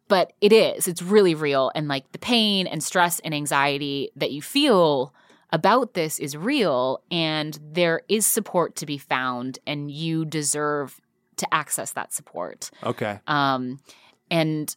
C: But it is. It's really real, and like the pain and stress and anxiety that you feel about this is real and there is support to be found and you deserve to access that support
B: okay,
C: um, and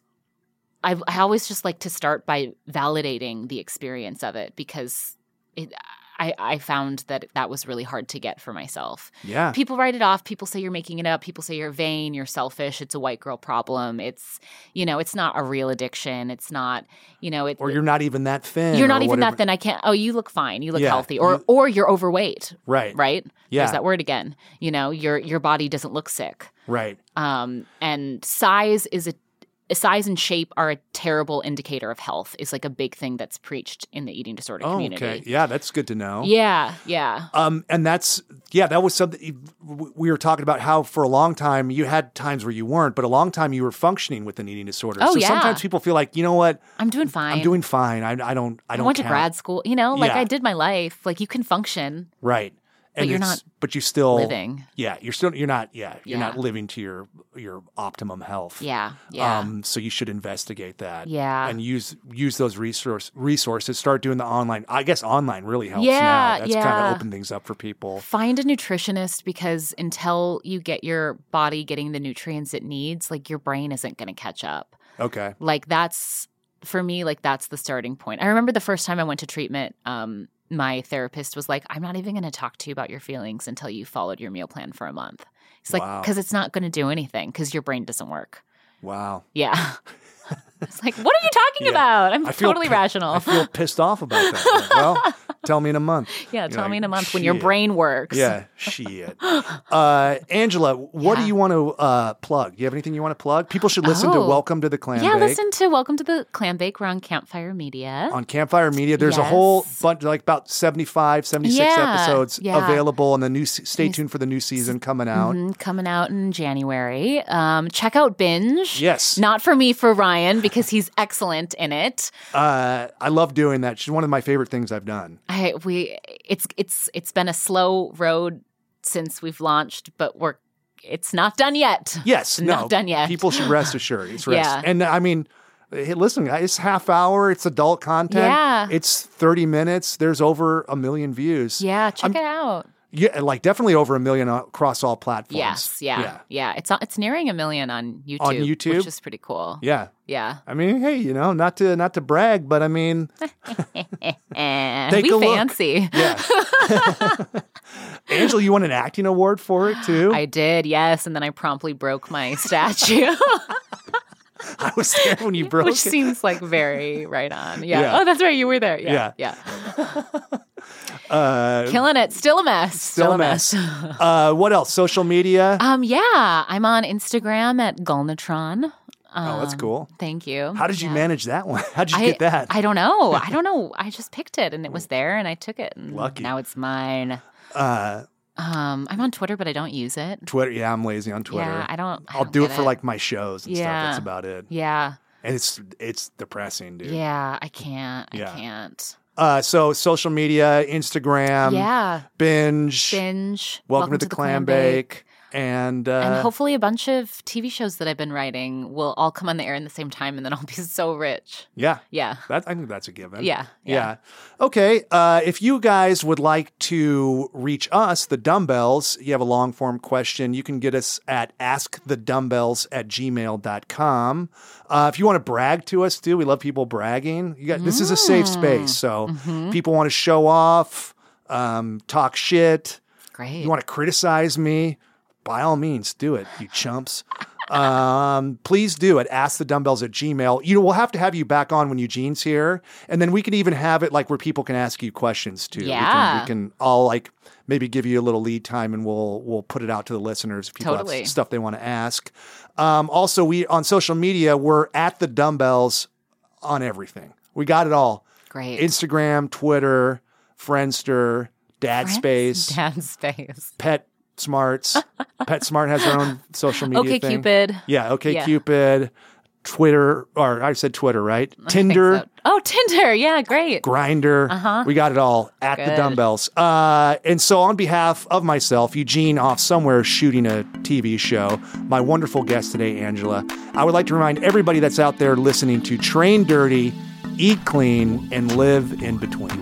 C: I've, i always just like to start by validating the experience of it because it I, I found that that was really hard to get for myself
B: yeah,
C: people write it off people say you're making it up people say you're vain you're selfish it's a white girl problem it's you know it's not a real addiction it's not you know it,
B: or you're not even that thin.
C: you're
B: or
C: not even
B: whatever.
C: that thin. I can't. Oh, you look fine. You look
B: Yeah.
C: healthy, or
B: You-
C: or you're overweight,
B: Right.
C: right?
B: Yeah.
C: There's that word again. You know, your your body doesn't look sick.
B: Right.
C: Um, and size is a size and shape are a terrible indicator of health. Is like a big thing that's preached in the eating disorder
B: Oh,
C: community.
B: okay. Yeah, that's good to know.
C: Yeah, yeah,
B: Um, and that's yeah, that was something we were talking about. How for a long time you had times where you weren't, but a long time you were functioning with an eating disorder.
C: Oh,
B: so
C: yeah.
B: sometimes people feel like, you know what,
C: I'm doing fine.
B: I'm doing fine. I, I don't. I
C: I
B: don't.
C: went
B: count.
C: to grad school. You know, like
B: Yeah.
C: I did my life. Like you can function
B: Right. And
C: you're
B: it's-
C: not
B: But you still
C: living.
B: Yeah, you're still. You're not. Yeah, you're
C: Yeah.
B: not living to your your optimum health.
C: Yeah, yeah,
B: Um, so you should investigate that.
C: Yeah.
B: And use use those resource resources. Start doing the online. I guess online really helps now.
C: Yeah,
B: That's kind
C: yeah.
B: of open things up for people.
C: find a nutritionist because until you get your body getting the nutrients it needs, like your brain isn't going to catch up.
B: Okay.
C: Like that's for me, like that's the starting point. I remember the first time I went to treatment, um, my therapist was like, "I'm not even going to talk to you about your feelings until you followed your meal plan for a month." It's like
B: Wow.
C: because it's not going to do anything because your brain doesn't work.
B: Wow.
C: Yeah. It's like, what are you talking
B: Yeah.
C: about? I'm
B: I feel
C: totally
B: pi-
C: rational.
B: I feel pissed off about that. Like, well, tell me in a month.
C: yeah,
B: You're
C: tell
B: like,
C: me in a month when your
B: "Shit."
C: brain works.
B: Yeah, shit. Uh, Angela, what do
C: Yeah.
B: you want to uh, plug? Do you have anything you want to plug? People should listen to
C: Oh.
B: Welcome to the Clan
C: yeah,
B: Bake
C: listen to Welcome to the Clam Bake. We're on Campfire Media.
B: on Campfire Media. There's a whole
C: Yes.
B: bunch, like about 75, 76
C: Yeah,
B: episodes
C: yeah.
B: available, and the new. se- Stay
C: Nice.
B: tuned for the new season coming out.
C: Mhm, coming out in January. Um, check out Binge.
B: Yes,
C: Not for me, for Ryan, because he's excellent in it.
B: uh, I love doing that. She's one of my favorite things I've done.
C: I we it's it's it's been a slow road since we've launched, but we're it's not done yet.
B: Yes,
C: It's
B: no,
C: not done yet.
B: people should rest assured. It's rest.
C: Yeah.
B: And I mean, hey, listen, it's half hour. It's adult content.
C: Yeah.
B: It's 30 minutes. There's over a million views.
C: yeah, check
B: I'm-
C: it out.
B: Yeah, like definitely over a million o- across all platforms.
C: Yes, yeah,
B: Yeah.
C: yeah, It's on- it's nearing a million on YouTube,
B: On YouTube?
C: which is pretty cool.
B: Yeah.
C: Yeah,
B: I mean, hey, you know, not to not to brag, but I mean,
C: and
B: Take
C: we
B: a look.
C: fancy.
B: yeah. Angela, you won an acting award for it too.
C: I did, yes, and then I promptly broke my statue.
B: I was there when you broke
C: which
B: it.
C: seems like very right on. Yeah.
B: Yeah.
C: Oh, that's right. You were there.
B: Yeah.
C: Yeah. Yeah.
B: uh,
C: Killing it. Still a mess. Still,
B: still a mess. uh, what else? Social media.
C: Um. Yeah. I'm on Instagram at Gulnatron.
B: oh, that's
C: Um,
B: cool.
C: Thank you.
B: How did you
C: Yeah.
B: manage that one? How did you
C: I,
B: get that?
C: I don't know. I don't know. I just picked it and it was there and I took it. And
B: Lucky.
C: Now it's mine.
B: uh,
C: Um, I'm on Twitter, but I don't use it.
B: Twitter. Yeah, I'm lazy on Twitter.
C: Yeah, I don't. I
B: will
C: don't
B: do it
C: get
B: for like my shows and
C: Yeah.
B: stuff. That's about it.
C: Yeah,
B: And it's it's depressing, dude.
C: yeah. I can't.
B: Yeah.
C: I can't.
B: Uh, so social media, Instagram,
C: yeah.
B: binge,
C: Binge.
B: Um, Welcome, to, the, Clam Bake, and, uh,
C: and hopefully a bunch of TV shows that I've been writing will all come on the air in the same time, and then I'll be so rich.
B: yeah,
C: Yeah,
B: that I think that's a given.
C: yeah,
B: Yeah. Okay. Uh, if you guys would like to reach us, the dumbbells, you have a long form question, you can get us at askthedumbbells at gmail.com. Uh, if you want to brag to us too, we love people bragging. You got, This is a safe
C: Mm.
B: space. So
C: Mm-hmm.
B: people want to show off, um, talk shit.
C: Great.
B: You want to criticize me? By all means, do it, you chumps. um, please do at askthedumbbells at gmail. You know, we'll have to have you back on when Eugene's here. And then we can even have it like where people can ask you questions too. We can-
C: Yeah.
B: We can, all like maybe give you a little lead time and we'll we'll put it out to the listeners if people
C: Totally.
B: have stuff they want to ask. Um, also we on social media, we're at the dumbbells on everything. We got it all.
C: Great.
B: Instagram, Twitter, Friendster, Dad Space,
C: Dad space.
B: Pet Smarts. Pet Smart has their own social media
C: Okay,
B: thing.
C: Cupid.
B: Yeah, okay,
C: Yeah.
B: Cupid, Twitter, or I said Twitter, right?
C: I think
B: Tinder,
C: so. Oh, Tinder. Yeah, great.
B: Grinder.
C: Uh-huh.
B: We got it all at the
C: Good.
B: dumbbells. Uh, and so, on behalf of myself, Eugene, off somewhere shooting a TV show, my wonderful guest today, Angela, I would like to remind everybody that's out there listening to train dirty, eat clean, and live in between.